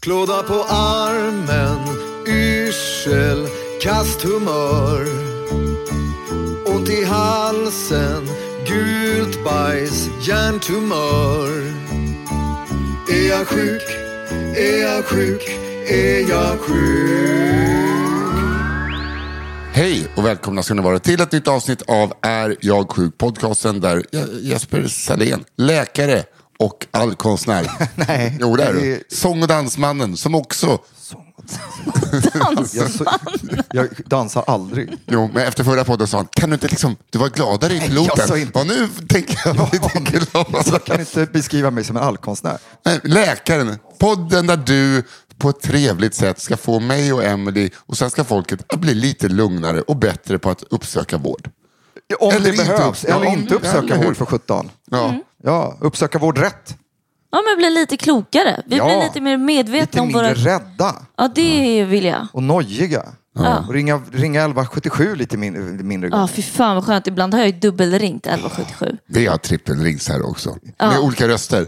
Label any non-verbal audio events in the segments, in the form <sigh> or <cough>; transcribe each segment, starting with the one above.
Klåda på armen, yrsel, kast humör. Ont i halsen, gult bajs, hjärntumör. Är jag sjuk? Är jag sjuk? Är jag sjuk? Hej och välkomna ska ni vara till ett nytt avsnitt av Är jag sjuk? Podcasten där Je- Jesper Salén, läkare och allkonstnär. <laughs> Nej. Jo, det är Det du. är- Sång och dansmannen som också, Jag, så, <laughs> jag dansar aldrig. jo, men efter förra podden sa han, kan du inte liksom, du var gladare i piloten. jag sa inte- Ja, nu <laughs> tänker <laughs> jag lite Jag kan gladare. inte beskriva mig som en allkonstnär. Nej, Läkaren, podden där du på ett trevligt sätt ska få mig och Emily och svenska folket att bli lite lugnare och bättre på att uppsöka vård. Om Eller det inte behövs. upp- ja, eller om- inte uppsöka eller hur? vård för 17. Ja. Ja, uppsöka vård rätt. Ja, men bli lite klokare. Vi Ja. blir lite mer Lite medvetna om mindre våra... rädda Ja, det vill jag. och nojiga. Och ringa, ringa 1177 lite mindre, mindre Ja, gånger. fy fan vad skönt. Ibland har jag ju dubbelringt 1177. Det är trippelrings här också. Med olika <laughs> röster.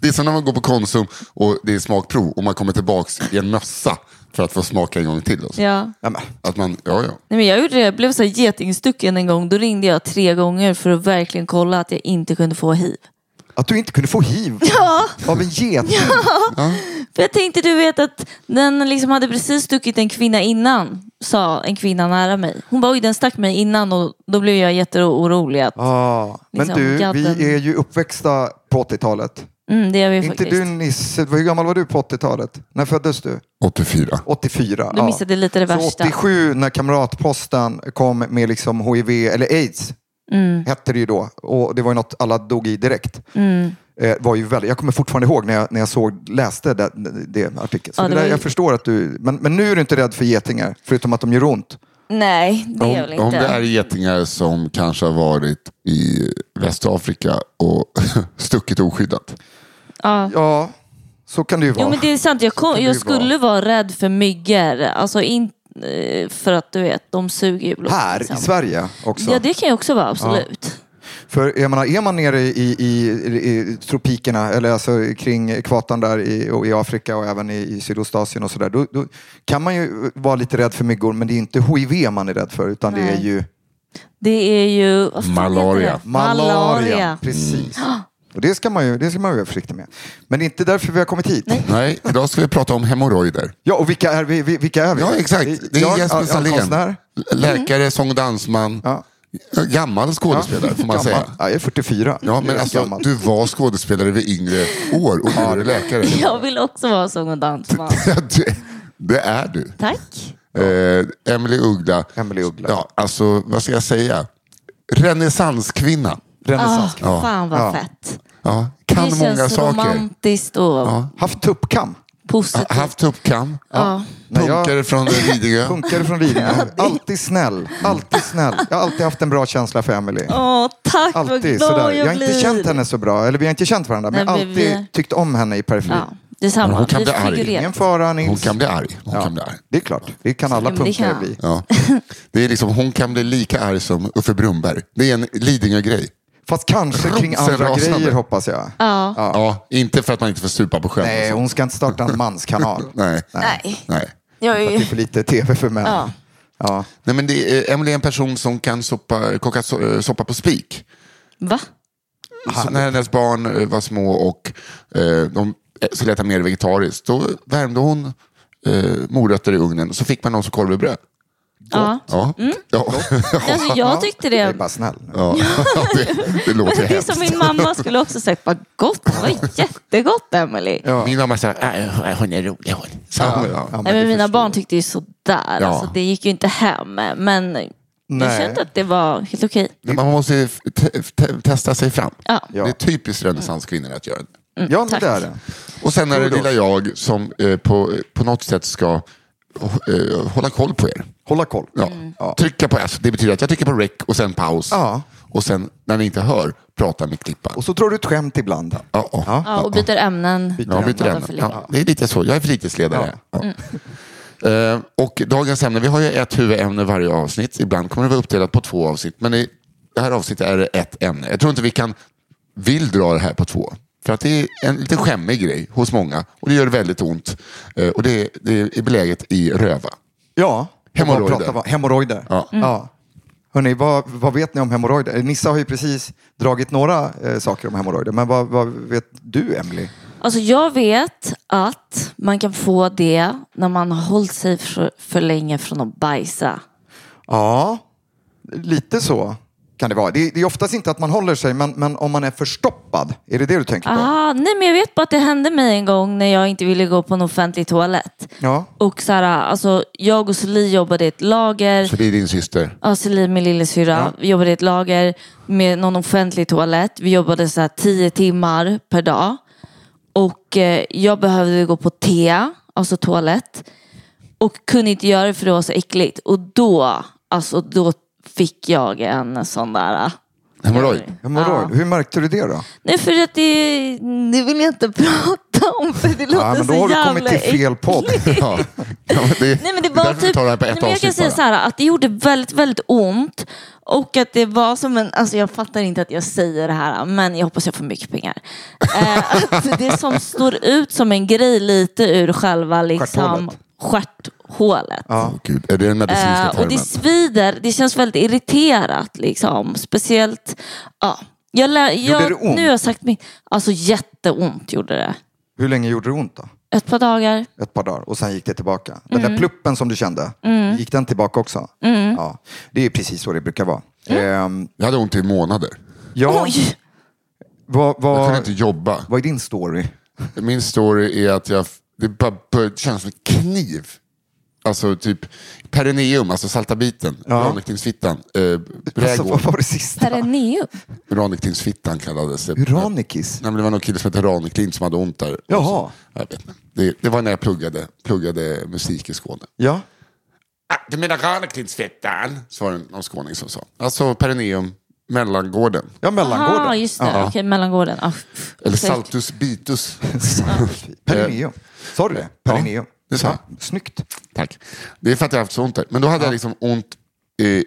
det är som när man går på Konsum och det är smakprov och man kommer tillbaka i en mössa för att få smaka en gång till. Och så. Ja. Ja, men, Att man, ja, ja. Nej, men jag gjorde det. Jag blev så här getingstucken en gång. Då ringde jag tre gånger för att verkligen kolla att jag inte kunde få hiv. att du inte kunde få <laughs> hiv av en geting. För jag tänkte, du vet att den liksom hade precis stuckit en kvinna innan, sa en kvinna nära mig. Hon bara, oj den stack mig innan och då blev jag jätteorolig. Att, Ja, men Liksom, du, gadden. vi är ju uppväxta på 80-talet. mm, det gör vi Inte faktiskt. du Nisse, hur gammal var du på 80-talet? När föddes du? 84. 84. Du missade lite det så värsta. 87 när Kamratposten kom med liksom HIV eller aids. Mm. Hette det ju då. Och det var ju något alla dog i direkt. Mm. Eh, var ju väldigt, jag kommer fortfarande ihåg när jag, när jag såg, läste det, det artikeln. Så Ja, det det där, var ju- Jag förstår att du... Men, men nu är du inte rädd för getingar, förutom att de gör ont. Nej, det är jag väl Om, inte. om det är getingar som kanske har varit i Västafrika och <laughs> stuckit oskyddat. Ja, så kan det ju vara. Jo men det är sant, jag, kan kom, det jag ju vara. skulle vara rädd för myggor. Alltså in, eh, för att du vet, de suger ju blod. Här liksom. i Sverige också. Ja det kan ju också vara, absolut. För jag menar, är man nere i, i, i tropikerna, eller alltså kring ekvatorn där i, och i Afrika och även i, i Sydostasien och sådär, då, då kan man ju vara lite rädd för myggor, men det är inte HIV man är rädd för, utan det är Nej. ju Det är ju... vad fan Malaria. heter det? malaria. Malaria. Mm. Precis. Och det ska man ju det ska man ju vara försiktig med. Men det är inte därför vi har kommit hit. Nej, idag ska vi prata om hemorrojder. Ja, och vilka är vi? vi- Vilka är vi? Ja, exakt. Det är Jag- Jesper jag- jag är Salén. konstnär. Läkare, sång och dansman. Mm. Ja. Gammal skådespelare får man Gammal. säga. Ja, jag är 44. Ja, Jag men är alltså, gammal. du var skådespelare vid yngre år och nu är du läkare. Jag vill också vara sång och dansman. <laughs> Det- Det är du. Tack. Eh, Emily Uggla. Emily Uggla. Ja, alltså, vad ska jag säga? Renässanskvinna. Renässans. Ah, Fan vad fett. Ja, kan det många känns saker. romantiskt och... Haft tuppkam. Positivt. Haft tuppkam. Ja. jag- Punkare från <laughs> Lidingö. Punkare från Lidingö. Alltid snäll. Alltid snäll. Jag har alltid haft en bra känsla för Emily. Åh, tack vad Alltid glad sådär. jag, Jag har inte blir. känt henne så bra. Eller vi har inte känt varandra. Men Nej, men vi- alltid tyckt om henne i periferin. Ja, detsamma. Men hon kan Vi bli arg. figurerar. Ingen fara Nils. Hon kan bli arg. Hon kan bli arg. Det är klart. Det kan alla Ja, men det punkare kan. bli. Ja. Det är liksom, hon kan bli lika arg som Uffe Brunnberg. Det är en Lidingö-grej. Fast kanske kring andra Rosenrasande. grejer hoppas jag. Ja. inte för att man inte får supa på sjön. Nej, hon ska inte starta en manskanal. <laughs> Nej. Nej. Nej. Jag är Det är ju... för lite tv för män. Ja. Ja. Nej, men det är, eh, Emily är en person som kan soppa, koka so, eh, soppa på spik. Va? Så när hennes barn eh, var små och eh, de skulle äta mer vegetariskt, då värmde hon eh, morötter i ugnen så fick man dem som korv och bröd. Ja. Mm. Ja. <laughs> Ja. Alltså, jag tyckte Jag är det... bara snäll. nu. Ja. det, det låter Det är som hemskt. min mamma skulle också sagt. Vad gott. Det var jättegott, Emily. Min mamma sa, "Ah, hon är rolig hon. Så, ja. Ja, men Nej, men det mina förstår barn tyckte ju sådär. Ja. Alltså, det gick ju inte hem. Men jag Nej. kände att det var helt okej. Men Man måste ju f- te- te- testa sig fram. Ja. Det är typiskt renässanskvinnor att göra det. Mm, jag. Ja, men det är det. Och sen är det lilla jag som eh, på, på något sätt ska eh, hålla koll på er. Hålla koll. Ja. Trycka på S. Det betyder att jag trycker på rec och sen paus. Mm. Ja. Och sen när ni inte hör, prata med klippan. Och så drar du ett skämt ibland. Ja, ja. Ja. Ja, och byter ämnen. Ja, byter Ja, ämne. för lite. ja, det är lite så. Jag är fritidsledare. Ja. Mm. Eh, och dagens ämne, vi har ju ett huvudämne varje avsnitt. Ibland kommer det vara uppdelat på två avsnitt. Men i det här avsnittet är det ett ämne. Jag tror inte vi kan, vill dra det här på två. För att det är en lite skämmig grej hos många. Och det gör väldigt ont. Eh, och det, är- det är beläget i röva. Ja. Hemorrojder. Prata om- Hemorrojder. Ja. Mm. Ja. Hörrni, vad, vad vet ni om hemorrojder? Eh, Nissa har ju precis dragit några eh, saker om hemorrojder. Men vad, vad vet du, Emily? Alltså jag vet att man kan få det när man har hållit sig för, för länge från att bajsa. Ja, lite så kan det vara. Det, det är oftast inte att man håller sig, men, men om man är förstoppad. Är det det du tänker på? Ah, nej men jag vet bara att det hände mig en gång när jag inte ville gå på en offentlig toalett. Ja. Och så här, alltså, jag och Celie jobbade i ett lager. Så det är din syster. Ja, Celine, min lillasyrra, vi jobbade i ett lager med någon offentlig toalett. Vi jobbade så här tio timmar per dag. Och eh, jag behövde gå på TEA, alltså toalett. Och kunde inte göra det för det var så äckligt. Och då, alltså då fick jag en sån där... eh, Hemorrojd. Hemorrojd. Ah. Hur märkte du det då? Nej, för att det, det vill jag inte <laughs> prata om för det låter Ja, men då så har du jävla kommit till fel podd. <laughs> Ja. Ja, men det, Nej men det var därför vi typ, tar det här på nej, ett men jag kan avsnitt säga bara. så här att det gjorde väldigt, väldigt ont. Och att det var som en, alltså jag fattar inte att jag säger det här, men jag hoppas jag får mycket pengar. Eh, att det som står ut som en grej lite ur själva liksom stjärthålet. Åh, Gud, är det den medicinska Eh, och termen? det svider, det känns väldigt irriterat liksom. Speciellt, ja. Jag lär, jag, det ont? Nu har jag sagt mitt, alltså jätteont gjorde det. Hur länge gjorde det ont då? Ett par dagar. ett par dagar och sen gick det tillbaka. Den Mm. där pluppen som du kände, gick den tillbaka också? Ja, det är precis så det brukar vara. Ehm, Jag hade ont i månader. ja, Mm. Oj! vad, Jag kunde vad, inte jobba. vad är din story? Min story är att jag, det bara började kännas som en kniv. Alltså typ perineum, alltså salta biten, uranektinsfittan. Eh, Alltså, vad brädgård, var det sista? Perineum. uranektinsfittan kallades det. Uranikis? Nej, men det var någon kille som hette Raneklint som hade ont där. Och Jaha. Så, jag vet inte. Det, det var när jag pluggade, pluggade musik i Skåne. Ja. Ah, du menar Raneklinsfittan? Så var det någon skåning som sa. Alltså perineum, mellangården. ja, mellangården. Ja, just det. Okej, mellangården. Ah, pff. Eller Säkert. saltus <laughs> bitus. Perineum. Sa du det? Perineum. Eh, det sa jag. Snyggt. Tack. Det är för att jag har haft så ont där. Men då hade jag liksom ont i, i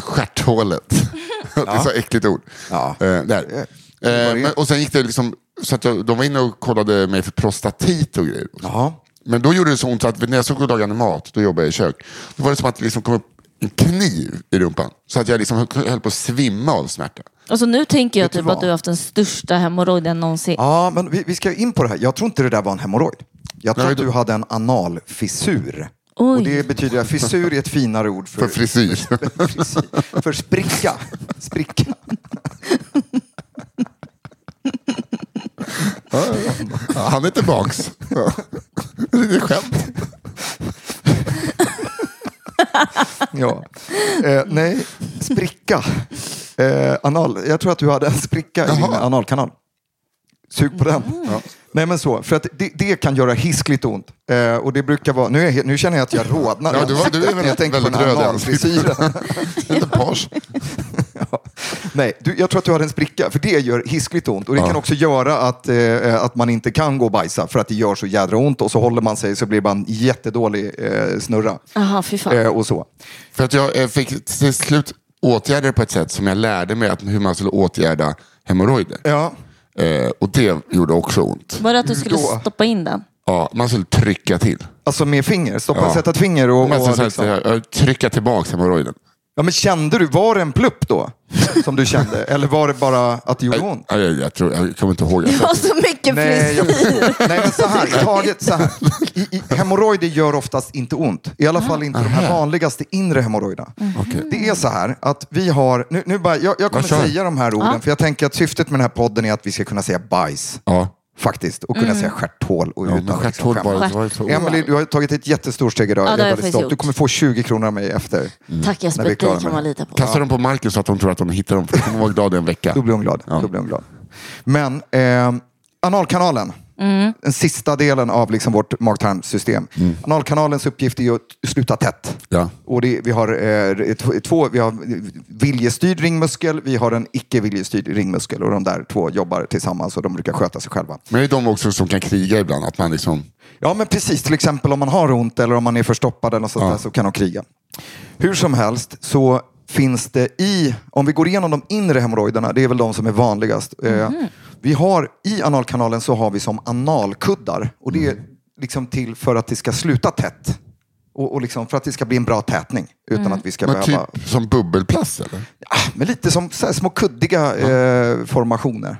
stjärthålet. <laughs> det är så äckligt ord. Ja. Eh, där. Eh, men, och sen gick det liksom, så att jag, de var inne och kollade mig för prostatit och grejer. Ja. Men då gjorde det så ont så att när jag såg och lagade mat, då jobbade jag i kök. Då var det som att det liksom kom upp en kniv i rumpan. Så att jag liksom höll höll på att svimma av smärta. Alltså nu tänker jag Vet du typ vad? att du har haft den största hemorrojden någonsin. Ja, men vi, vi ska in på det här. Jag tror inte det där var en hemorrojd. Jag tror Nej, att du då- hade en analfissur. Oj. Och det betyder att fissur är ett finare ord För frisyr. Frisyr. <laughs> För spricka. Spricka. <laughs> Han är tillbaks. Ja. <laughs> Det är ett skämt. Ja. Eh, nej, spricka. Eh, anal. Jag tror att du hade en spricka i din analkanal. Sug på den. Ja. Nej men så, för att det, det kan göra hiskligt ont. Eh, och det brukar vara, nu, är jag, he- nu känner jag att jag rodnar. Ja, du var- du är jag tänker på väldigt den här röd i manfrisyren. Inte page. <laughs> Nej, du, jag tror att du har en spricka, för det gör hiskligt ont. Och det Ja. kan också göra att, eh, att man inte kan gå och bajsa för att det gör så jädra ont. Och så håller man sig så blir man jättedålig eh, snurra. Jaha, fy fan. Eh, och så. För att jag eh, fick till slut åtgärda det på ett sätt som jag lärde mig att hur man skulle åtgärda hemorrojder. Ja. Eh, och det gjorde också ont. Var det att du skulle då- stoppa <laughs> in den? Ja, man skulle trycka till. Alltså med finger, stoppa, Ja. sätta ett finger och... Man och skulle liksom. säga, eh, trycka tillbaka hemorrojden. Ja, men kände du, var det en plupp då? Som du kände? Eller var det bara att det gjorde ont? Ja, Jag, jag, tror, jag kommer inte ihåg. Det var <laughs> så mycket Nej, frisyr. jag, nej men så här, taget så här. I, i, hemorrojder gör oftast inte ont. I alla fall inte de här vanligaste inre hemorrojderna. Mm. Okej. Det är så här att vi har, nu, nu bara, jag, jag kommer Ja, kör. säga de här orden, för jag tänker att syftet med den här podden är att vi ska kunna säga bajs. Ja. Faktiskt, och kunna Mm. säga stjärthål och Ja, utan men att liksom stjärthål bara. skämmas. Det var ju så Emily, du har tagit ett jättestort steg idag. Ja, det har jag är jag väldigt faktiskt stolt. Du gjort. kommer få 20 kronor av mig efter. Tack När Jesper, vi är dig klara med kan man det. lita på. Kasta dem på Marcus så att de tror att de hittar dem. Hon kommer vara glad i en vecka. Då blir hon glad. Då blir hon glad. Men eh, analkanalen, den sista delen av liksom vårt magtarmsystem. Analkanalens uppgift är ju att sluta tätt. Ja. Och det, vi, har, eh, t- två, vi har viljestyrd ringmuskel, vi har en icke viljestyrd ringmuskel och de där två jobbar tillsammans och de brukar sköta sig själva. Men det är de också som kan kriga ibland. Att man liksom... Ja, men precis. Till exempel om man har ont eller om man är förstoppad eller något sånt där, så kan de kriga. Hur som helst så finns det i, om vi går igenom de inre hemorrojderna, det är väl de som är vanligast. Mhm. Eh, vi har, I analkanalen så har vi som analkuddar och det är Mm. liksom till för att det ska sluta tätt. Och, och liksom för att det ska bli en bra tätning utan att vi ska Men behöva... typ som bubbelplast eller? Ah, Men lite som så här, små kuddiga eh, formationer.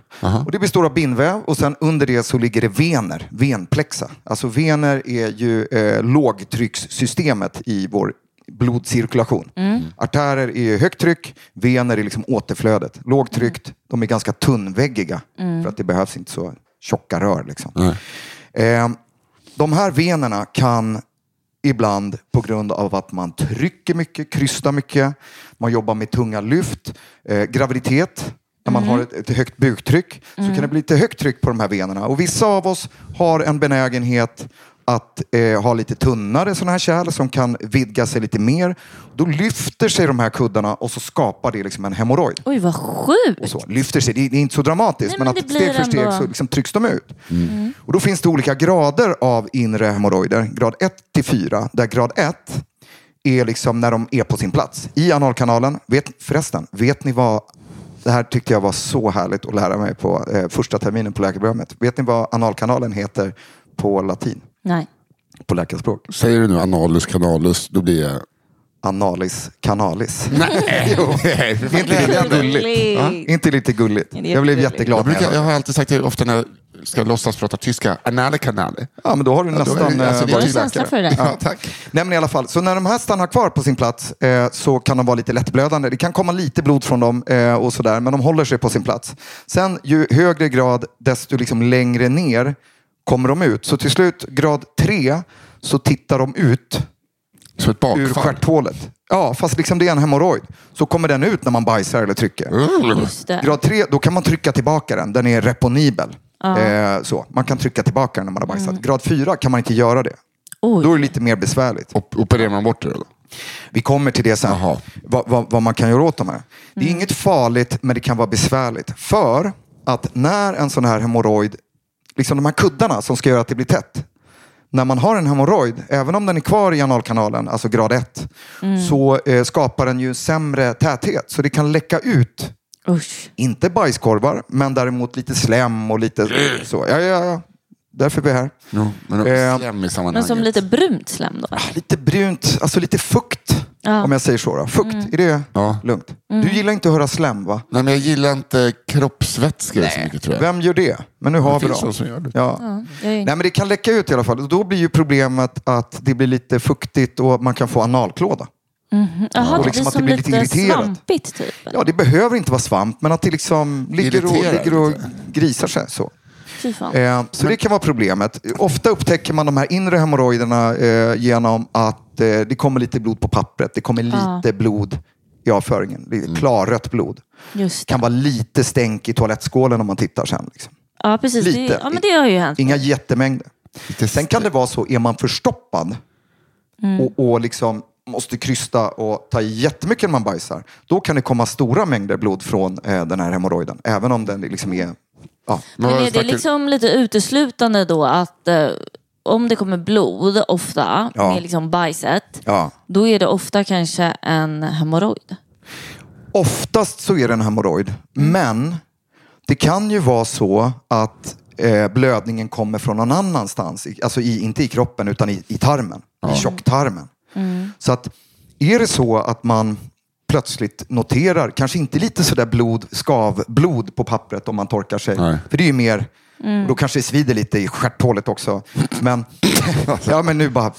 Och det består av bindväv och sen under det så ligger det vener, venplexa. Alltså vener är ju eh, lågtryckssystemet i vår blodcirkulation. Artärer är ju högt tryck, vener är liksom återflödet. Lågtryckt, de är ganska tunnväggiga för att det behövs inte så tjocka rör. Liksom. Eh, de här venerna kan ibland på grund av att man trycker mycket, krystar mycket, man jobbar med tunga lyft, eh, graviditet, när man har ett, ett högt buktryck så kan det bli lite högt tryck på de här venerna. Och vissa av oss har en benägenhet att eh, ha lite tunnare sådana här kärl som kan vidga sig lite mer. Då lyfter sig de här kuddarna och så skapar det liksom en hemorrojd Oj, vad och sjukt. så. Lyfter sig, det det är inte så dramatiskt, Nej, men, men att det steg för blir steg ändå- Mm. så liksom trycks de ut. Och då finns det olika grader av inre hemorrojder, grad 1 till 4, där grad 1 är liksom när de är på sin plats. I analkanalen, vet, förresten, vet ni vad det här tyckte jag var så härligt att lära mig på eh, första terminen på läkarprogrammet. Vet ni vad analkanalen heter på latin? Nej. På läkarspråk? Säger du nu analus canalus, då blir <laughs> jag... Analis canalis. Nej! Är inte det lite gulligt? Gulligt. Ja, Är inte lite gulligt? är Jag blev jättegulligt. jag, jätteglad. när jag brukar, hörde jag det. har alltid sagt det ofta när jag ska låtsas prata tyska. Anale canale. Ja, men då har du då är det- nästan eh, alltså, det är Du ju varit är känsla läkare. för det där. Ja, tack. Nej, men i alla fall. Så när de här stannar kvar på sin plats eh, så kan de vara lite lättblödande. Det kan komma lite blod från dem eh, och sådär, men de håller sig på sin plats. Sen ju högre grad, desto liksom längre ner kommer de ut. Så till slut, grad tre, så tittar de ut Som ett ur bakfall. stjärthålet. Ja, fast liksom det är en hemorrojd. Så kommer den ut när man bajsar eller trycker. Mm. Just det. Grad tre, då kan man trycka tillbaka den. Den är reponibel. Eh, så. Man kan trycka tillbaka den när man har bajsat. Grad fyra kan man inte göra det. Oj. Då är det lite mer besvärligt. Op- opererar man bort det då? Vi kommer till det sen, Jaha. vad, vad, vad man kan göra åt de här. Det är inget farligt, men det kan vara besvärligt. För att när en sån här hemorrojd, liksom de här kuddarna som ska göra att det blir tätt. När man har en hemorrojd, även om den är kvar i analkanalen, alltså grad 1, så eh, skapar den ju sämre täthet. Så det kan läcka ut, Usch. inte bajskorvar, men däremot lite slem och lite så. Ja, ja, ja. Därför är vi här. Jo, men Eh, slem i Men sammanhanget. som lite brunt slem då? eller? lite brunt, alltså lite fukt. Ja. Om jag säger så. Då. Fukt, är det Ja. lugnt? Du gillar inte att höra slem va? Nej, men jag gillar inte kroppsvätskor så mycket tror jag. Vem gör det? Men nu har vi finns dem. de som gör det. Ja. Jag är Nej, men det kan läcka ut i alla fall. Och Då blir ju problemet att det blir lite fuktigt och man kan få analklåda. Jaha, Och liksom det blir att det som blir lite, lite irriterat. svampigt typ. Ja, det behöver inte vara svamp, men att det liksom ligger och, Irriterar ligger och lite. grisar sig. Så. Fy fan. Eh, så det kan vara problemet. Ofta upptäcker man de här inre hemorrojderna eh, genom att eh, det kommer lite blod på pappret. Det kommer lite blod i Mm. avföringen. Det är Klarrött blod. Just det. kan vara lite stänk i toalettskålen om man tittar sen. Liksom. Ja, precis. Lite. Det, ja, men det har ju hänt. Inga jättemängder. Sen kan det vara så, är man förstoppad Mm. och, och liksom måste krysta och ta i jättemycket när man bajsar, då kan det komma stora mängder blod från eh, den här hemorrojden. Även om den liksom är... Ja. Men Men vad är det snackar- liksom lite uteslutande då att eh, om det kommer blod ofta Ja. med liksom bajset, ja. då är det ofta kanske <laughs> en hemorrojd. Oftast så är det en hemorrojd, Mm. men det kan ju vara så att eh, blödningen kommer från någon annanstans. I- Alltså i, inte i kroppen, utan i, i tarmen. I tjocktarmen. Mm. Så att är det så att man plötsligt noterar, kanske inte lite sådär blod, skavblod på pappret om man torkar sig. Nej. Mm. För det är ju mer, och då kanske det svider lite i stjärthålet också. Men, <laughs> ja men nu bara,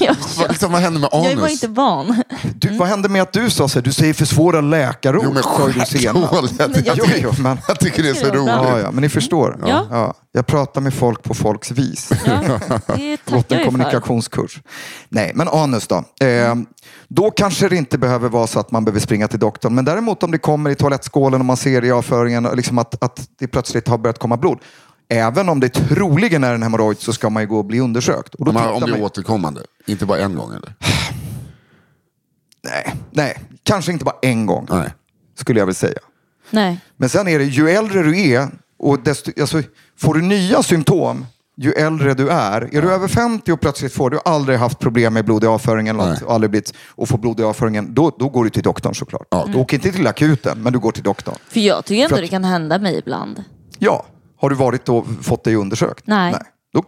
Jag, Vad, liksom, vad hände med jag är bara anus? inte van. du, vad hände med att du sa så här, du säger försvåra läkarord. Mm. Jo, men sa ju du senast. stjärthål. <laughs> Jag, Jo, tycker- jo, men, jag tycker det är så Det är bra. roligt. ja, ja, men ni förstår. Mm. Ja. Jag pratar med folk på folks <laughs> vis. Ja, det Gått tackar en jag ju för. kommunikationskurs. Nej, men anus då. Eh, Mm. då kanske det inte behöver vara så att man behöver springa till doktorn. Men däremot om det kommer i toalettskålen och man ser i avföringen liksom att, att det plötsligt har börjat komma blod. Även om det troligen är en hemorrojd så ska man ju gå och bli undersökt. Och då Om, tittar om det man är ju- återkommande, inte bara en gång eller? nej, nej, kanske inte bara en gång Nej. skulle jag väl säga. Nej. Men sen är det, ju äldre du är, och desto, alltså, får du nya symptom ju äldre du är. Är du över 50 och plötsligt får du aldrig haft problem med blod i avföringen eller något, och aldrig blivit, och får blod i avföringen, då, då går du till doktorn såklart. Du åker inte till akuten, men du går till doktorn. För jag tycker ändå För att- det kan hända mig ibland. Ja, har du varit och fått dig undersökt? Nej. Då,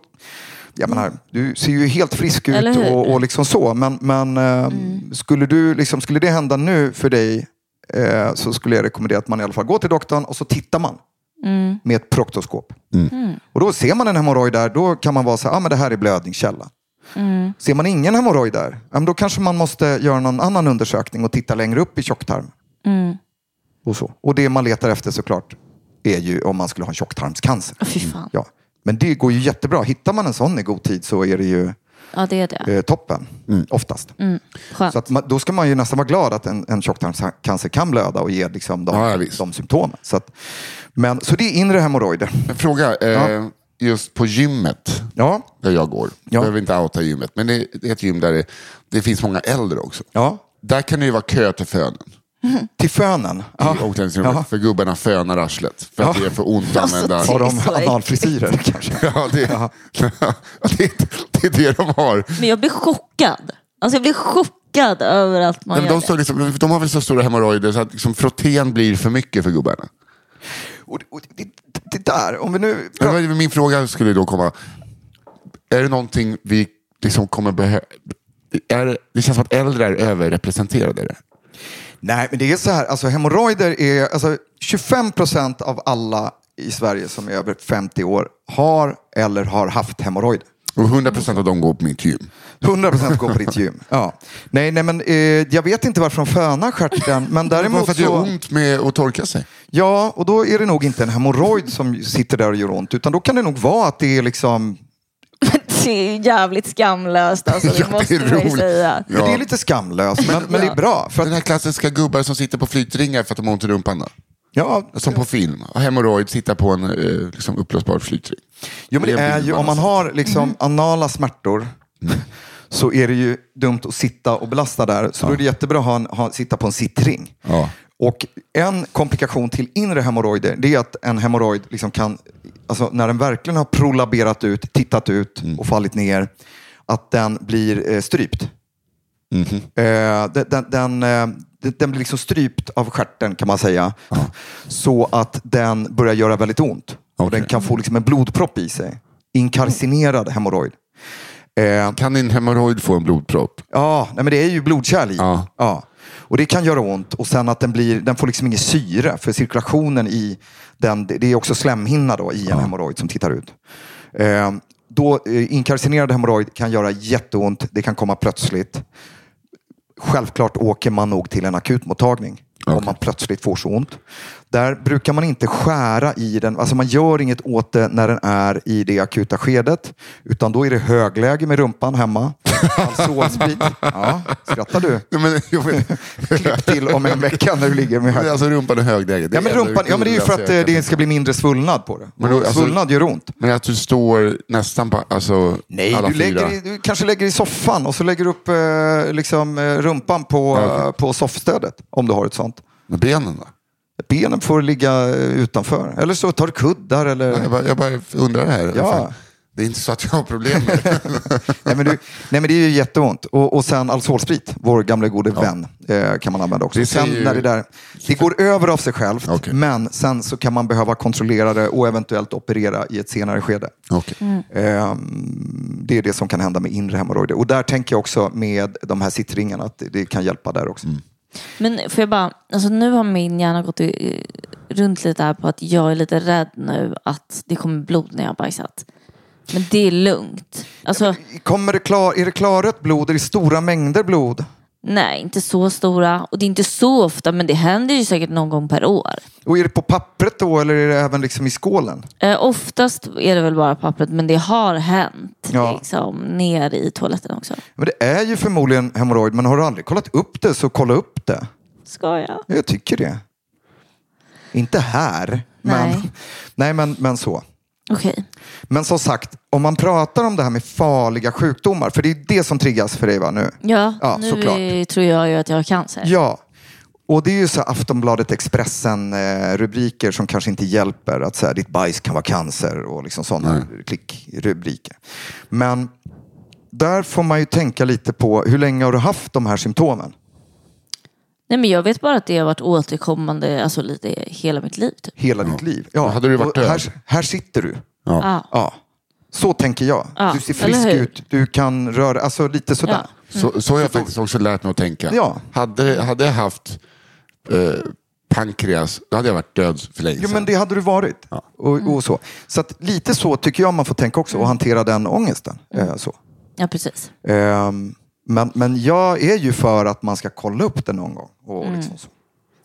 jag menar, du ser ju helt frisk Eller ut hur? Mm. och, och liksom så, men, men eh, skulle, du, liksom, skulle det hända nu för dig eh, så skulle jag rekommendera att man i alla fall går till doktorn och så tittar man Mm. med ett proktoskop. Och då ser man en hemorrojd där, då kan man vara så här, ah, men det här är blödningskälla. Ser man ingen hemorrojd där, ja, men då kanske man måste göra någon annan undersökning och titta längre upp i tjocktarmen. Och, så. och det man letar efter såklart är ju om man skulle ha en tjocktarmscancer. Åh, Fy fan. Ja. Men det går ju jättebra. Hittar man en sån i god tid så är det ju Ja, det är det. eh, toppen Mm. oftast. Skönt. Så att man, då ska man ju nästan vara glad att en, en tjocktarmscancer kan blöda och ge liksom de, Ja, ja, visst. de symptomen. Så, att, men, så det är inre hemorrojder. En fråga, eh, just på gymmet Ja. där jag går. Ja. Jag behöver inte outa gymmet, men det det är ett gym där det, det finns många äldre också. ja. Där kan det ju vara kö till fönen. Till fönen. Ja. I omklädningsrummet. Ja. För gubbarna fönar arslet. För att Ja. det är för ont att använda. Har Det är så de äckligt. analfrisyrer <laughs> kanske? <laughs> Ja, det, <laughs> ja. det, är- det är det de har. Men jag blir chockad. Alltså jag blir chockad över att man Men gör de, står liksom, de har väl så stora hemorrojder så att liksom frottén blir för mycket för gubbarna. Och, och, det, det- det där, om vi nu... Men vad- Min fråga skulle då komma. Är det någonting vi liksom kommer behöva... Det känns som att äldre är överrepresenterade. i det. Nej, men det är så här. Alltså, hemorrojder är... Alltså, 25 procent av alla i Sverige som är över 50 år har eller har haft hemorrojder. Och 100 procent av dem går på mitt gym. 100 procent går på ditt gym. <laughs> Ja. Nej, nej, men eh, jag vet inte varför de fönar stjärten, <laughs> men Bara däremot för att det så... gör ont med att torka sig. Ja, och då är det nog inte en hemorrojd som sitter där och gör ont, utan då kan det nog vara att det är liksom... det. Det är ju jävligt skamlöst alltså. Det Ja, det är måste man ju roligt. säga. Men det är lite skamlöst, men, men det är bra. För Den att, här klassiska gubbar som sitter på flytringar för att de har ont i rumpan. då. ja, Som på film. Hemorrojd, sitta på en eh, liksom upplösbar flytring. Jo, men det Det är vill ju, man om man alltså. har liksom anala smärtor så är det ju dumt att sitta och belasta där. Så då är det jättebra att ha en, ha, sitta på en sittring. Ja. Och en komplikation till inre hemorrojder det är att en hemorrojd liksom kan, alltså när den verkligen har prolaberat ut, tittat ut Mm. och fallit ner, att den blir eh, strypt. Mm-hmm. Eh, den, den, den, eh, den- den blir liksom strypt av stjärten kan man säga. Så att den börjar göra väldigt ont. Och Okej. den kan få liksom en blodpropp i sig. Inkarcinerad hemorrojd. Eh, Kan din hemorrojd få en blodpropp? ja, nej men det är ju blodkärl i. Ja. Och det kan göra ont. Och sen att den, blir, den får liksom ingen syre. För cirkulationen i den, det det är också slemhinna då i en hemorrojd som tittar ut. Eh, då, eh, inkarcinerad hemorrojd kan göra jätteont. Det kan komma plötsligt. Självklart åker man nog till en akutmottagning om man plötsligt får så ont. Där brukar man inte skära i den. Alltså man gör inget åt det när den är i det akuta skedet. Utan då är det högläge med rumpan hemma. Alsolsprit. Ja, skrattar du? Nej, men, <laughs> jo, <laughs> men, Klipp till om en vecka när du ligger med men hög. alltså rumpan och högläge. det Ja men, är det rumpan, ja, men det är ju för att eh, roligaste jag det ska bli mindre svullnad på det. Men då, alltså- svullnad gör ont. kan- Men att du står nästan på alltså, Nej, alla du, lägger fyra. i, du kanske lägger i soffan och så lägger du upp eh, liksom, eh, rumpan på, eh, på soffstödet. Om du har ett sånt. Med benen då? Benen får ligga eh, utanför. Eller så tar du kuddar. Eller... Jag bara, jag bara undrar det här. Ja. Fan, Det är inte så att jag har problem med det. <laughs> Nej, men du, nej, men det är ju jätteont. Och, och sen alsolsprit, vår gamla gode vän, eh, kan man använda också. Det säger sen ju- när det, där, det går över av sig självt, Okej. men sen så kan man behöva kontrollera det och eventuellt operera i ett senare skede. Okej. Ehm, det är det som kan hända med inre hemorrojder. Och där tänker jag också med de här sittringarna, att det- det kan hjälpa där också. Mm. Men får jag bara, alltså nu har min hjärna gått i, runt lite här på att jag är lite rädd nu att det kommer blod när jag har bajsat. Men det är lugnt. Alltså, Kommer det klar, är det klarrött blod? Är det stora mängder blod? nej, inte så stora. Och det är inte så ofta, men det händer ju säkert någon gång per år. Och är det på pappret då eller är det även liksom i skålen? Eh, oftast är det väl bara pappret, men det har hänt Ja. liksom, ner i toaletten också. Men det är ju förmodligen hemorrojd, men har du aldrig kollat upp det så kolla upp det. Ska jag? Ja, Jag tycker det. Inte här, men, Nej. <laughs> nej, men, men så. Okej. Men som sagt, om man pratar om det här med farliga sjukdomar, för det är det som triggas för dig va, nu. Ja, Ja, nu såklart. är, tror jag ju att jag har cancer. Ja, och det är ju så här Aftonbladet, Expressen eh, rubriker som kanske inte hjälper. Att säga ditt bajs kan vara cancer och liksom sådana klickrubriker. Men där får man ju tänka lite på hur länge har du haft de här symptomen? Nej, men jag vet bara att det har varit återkommande alltså, lite hela mitt liv. Typ. Hela ditt liv. Ja, Hade du varit och död? Här, här sitter du. Ah. Ja, så tänker jag. Ja, Du ser eller frisk hur? ut, du kan röra, alltså lite sådär. Ja. Så, så har jag faktiskt också lärt mig att tänka. Mm. Ja. Hade, hade jag haft eh, pankreas, då hade jag varit död för länge Jo, sedan. men det hade du varit. Och, och så. så att lite så tycker jag man får tänka också och Mm. hantera den ångesten. Eh, så. Ja, precis. Ehm, men, men jag är ju för att man ska kolla upp det någon gång. Och Mm. liksom så.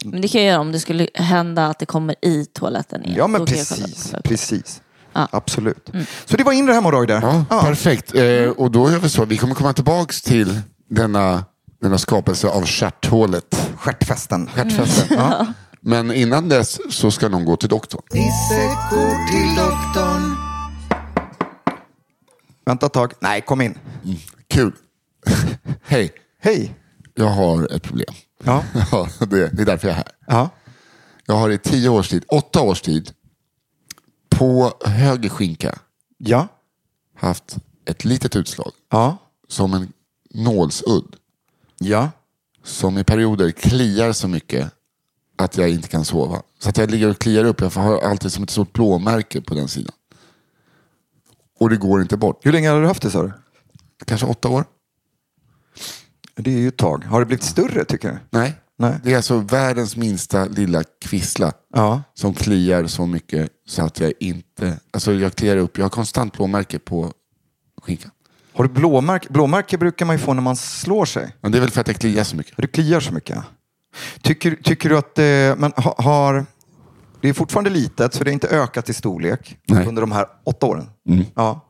Men det kan jag göra om det skulle hända att det kommer i toaletten igen. Ja, men Då kan jag kolla precis. upp det. Mm. precis. Absolut. Så det var inre hemorrojder. Ja, Perfekt. Eh, och då är det så att vi kommer komma tillbaks till denna, denna skapelse av stjärthålet. Stjärtfesten. Mm. Stjärtfesten. <laughs> Ja. Men innan dess så ska någon gå till doktorn. Nisse går till doktorn. Vänta ett tag. Nej, kom in. Mm. Kul. <laughs> Hej, Hej. jag har ett problem. Ja. <laughs> Ja, det, det är därför jag är här. Ja. Jag har i tio års tid, åtta års tid, på höger skinka Ja. haft ett litet utslag Ja. som en nålsudd Ja. som i perioder kliar så mycket att jag inte kan sova. Så att jag ligger och kliar upp. Jag har alltid som ett stort blåmärke på den sidan. Och det går inte bort. Hur länge har du haft det sa du? Kanske åtta år? Det är ju ett tag. Har det blivit större tycker du? Nej. Nej. Det är alltså världens minsta lilla kvissla Ja. som kliar så mycket så att jag inte... Alltså jag kliar upp. Jag har konstant blåmärke på skinkan. Har du blåmärke? Blåmärke brukar man ju få när man slår sig. Men det är väl för att jag kliar så mycket. Du kliar så mycket. Tycker, tycker du att eh, men ha, har... Det är fortfarande litet, så det har inte ökat i storlek Nej. Mm. under de här åtta åren. Ja.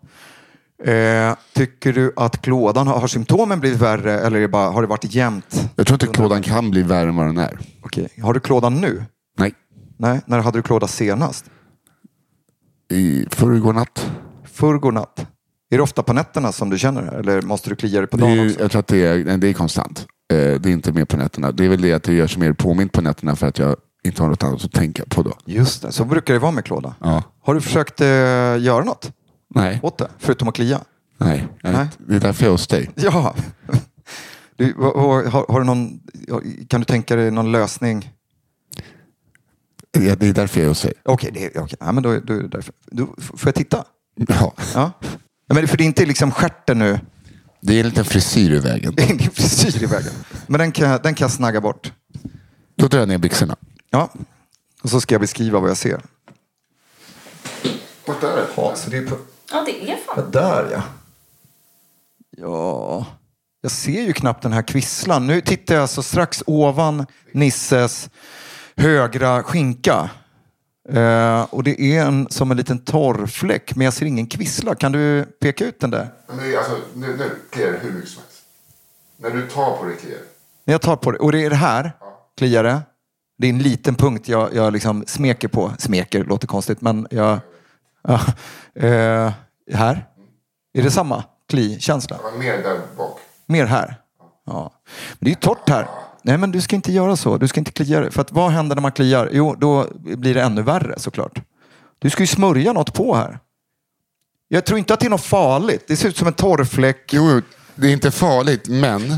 Eh, tycker du att klådan, har, har symptomen blivit värre eller är det bara, har det varit jämnt? Jag tror inte klådan kan bli värre än vad den är. Okej. Har du klådan nu? Nej. Nej, när hade du klåda senast? I förrgår natt. Förrgår natt. Är det ofta på nätterna som du känner det? här, Eller måste du klia dig på Det är, dagen ju- också? jag tror att det är, nej, det är konstant. Eh, det är inte mer på nätterna. Det är väl det att det görs mer påmint på nätterna för att jag inte har något annat att tänka på då. Just det, så brukar det vara med klåda. Ja. Har du försökt eh, göra något Nej. åt det? Förutom att klia? Nej. Jag vet. Nej. Det är därför jag är hos dig. Ja. Du, vad- vad- har, har du någon, kan du tänka dig någon lösning? Ja, Det är därför jag är hos dig. Okej, det, okay. ja, men då, då är det därför. Då, f- får jag titta? Ja. Ja. Ja, Men för det är inte liksom stjärten nu. <laughs> Det är en liten frisyr i vägen. Det är ingen frisyr i vägen. Men den kan, jag- den kan jag snagga bort. Då drar jag ner byxorna. Ja. Och så ska jag beskriva vad jag ser. Ja, så det är på, Ja, det är fan. där ja. Ja. Jag ser ju knappt den här kvisslan. Nu tittar jag alltså strax ovan Nisses högra skinka. Eh, och det är en, som en liten torr fläck, men jag ser ingen kvissla. Kan du peka ut den där? Nu, alltså, nu, nu kliar det hur mycket som helst. När du tar på det kliar När jag tar på det, och det är det här, kliar det. Det är en liten punkt jag, jag liksom smeker på. Smeker låter konstigt, men jag... Ja, eh, här. Är det samma kli-känsla? det. Mer där bak. Mer här. Ja. Men det är ju torrt här. Nej, men du ska inte göra så. Du ska inte klia dig. För att vad händer när man kliar? Jo, då blir det ännu värre såklart. Du ska ju smörja något på här. Jag tror inte att det är något farligt. Det ser ut som en torrfläck. Jo, jo, det är inte farligt, men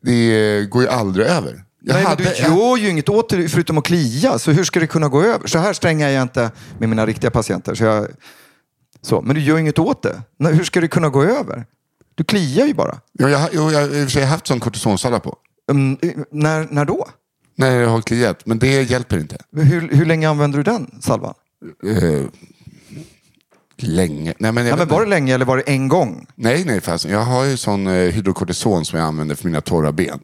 det går ju aldrig över. Jag Nej, men du gör ju inget åt det förutom att klia. Så hur ska det kunna gå över? Så här strängar jag inte med mina riktiga patienter. Så jag... så. Men du gör inget åt det. Nej, Hur ska det kunna gå över? Du kliar ju bara. Jo, jag, jo, jag har i och för sig haft sån kortisonsallad på. Mm, när, när då? Nej, jag har kliat, men det hjälper inte. Hur, hur länge använder du den salvan? Eh, länge. Nej, men, jag vet Nej, men var inte. det länge eller var det en gång? nej, nej fasen. Jag har ju sån eh, hydrokortison som jag använder för mina torra ben.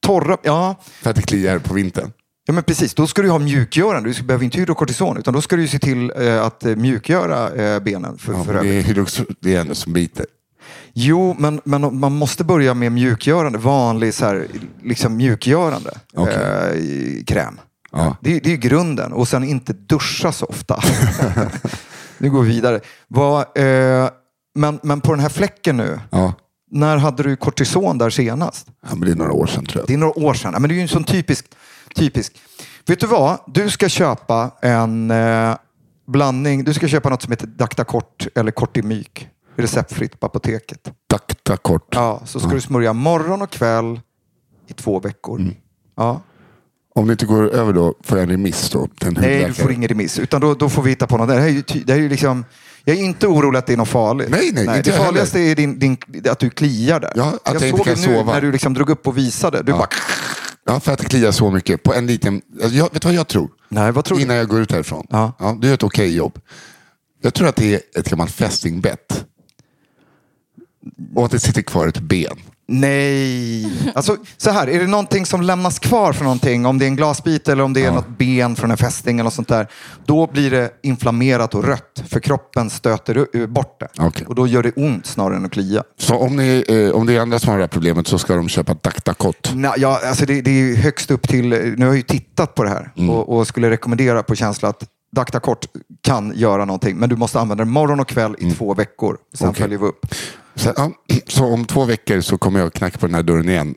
Torra, ja. För att det kliar på vintern. ja men precis. Då ska du ha mjukgörande. Du ska- behöver inte hydrokortison utan då ska du ju se till eh, att eh, mjukgöra eh, benen. För, Ja, för men det, övrigt. är hydrox- det är ändå som biter. Jo, men, men om- man måste börja med mjukgörande. Vanlig så här, liksom mjukgörande Okej. eh, kräm. Ja. Det, är- det är grunden. Och sen inte duscha <laughs> så ofta. nu går vi vidare. Vad, eh, men, men på den här fläcken nu. Ja. När hade du kortison där senast? ja, men det är några år sedan tror Det jag. är några år sedan. Ja, Men det är ju en sån typisk, typisk. Vet du vad? Du ska köpa en eh, blandning. Du ska köpa något som heter Dactacort eller Cortimyk. Receptfritt på apoteket. Takta kort. Ja, så Mm. ska du smörja morgon och kväll i två veckor. Ja. Om det inte går över då, får jag en remiss då? till en Nej, du hudläkare? får ingen remiss. Utan då, då får vi hitta på något. Det här är ju, ty- det här är ju liksom, jag är inte orolig att det är något farligt. Nej, nej, inte det jag farligaste är din, din, att du kliar där. Ja, att jag inte såg kan det nu sova. när du liksom drog upp och visade. Du bara... Ja, för att det kliar så mycket på en liten... Alltså, jag, vet du vad jag tror? Nej, vad tror du? Innan jag går ut härifrån. Ja. du gör ett okej jobb. Jag tror att det är ett gammalt fästingbett. Och att det sitter kvar ett ben. Nej. Alltså, så här, är det någonting som lämnas kvar från någonting, om det är en glasbit eller om det är något ben från en fästing eller något sånt där, då blir det inflammerat och rött för kroppen stöter u- u- bort det. Okej. Och då gör det ont snarare än att klia. Så om, ni, eh, om det är andra som har det här problemet så ska de köpa Dactacot. Nej, ja, alltså det, det är ju högst upp till, nu har jag ju tittat på det här Mm. och, och skulle rekommendera på känsla att Dactacort kan göra någonting, men du måste använda det morgon och kväll i två veckor. Sen Mm. Okej. följer vi upp. Så, ja, så om två veckor så kommer jag knacka på den här dörren igen.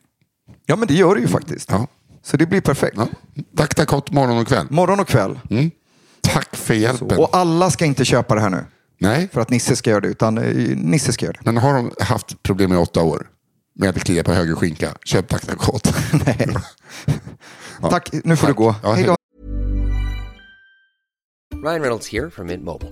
Ja, men det gör det ju faktiskt. Mm. Ja. Så det blir perfekt. Ja. Dactacot morgon och kväll. Morgon och kväll. Mm. Tack för hjälpen. Och alla ska inte köpa det här nu. Nej, för att Nisse ska göra det, utan eh, Nisse <laughs> ska göra det. men har de haft problem i åtta år med att det kliar på höger skinka, köp Dactacot. Nej. Tack, nu får Tack. du gå. Ja, hej hej då. då. Ryan Reynolds here from Mint Mobile.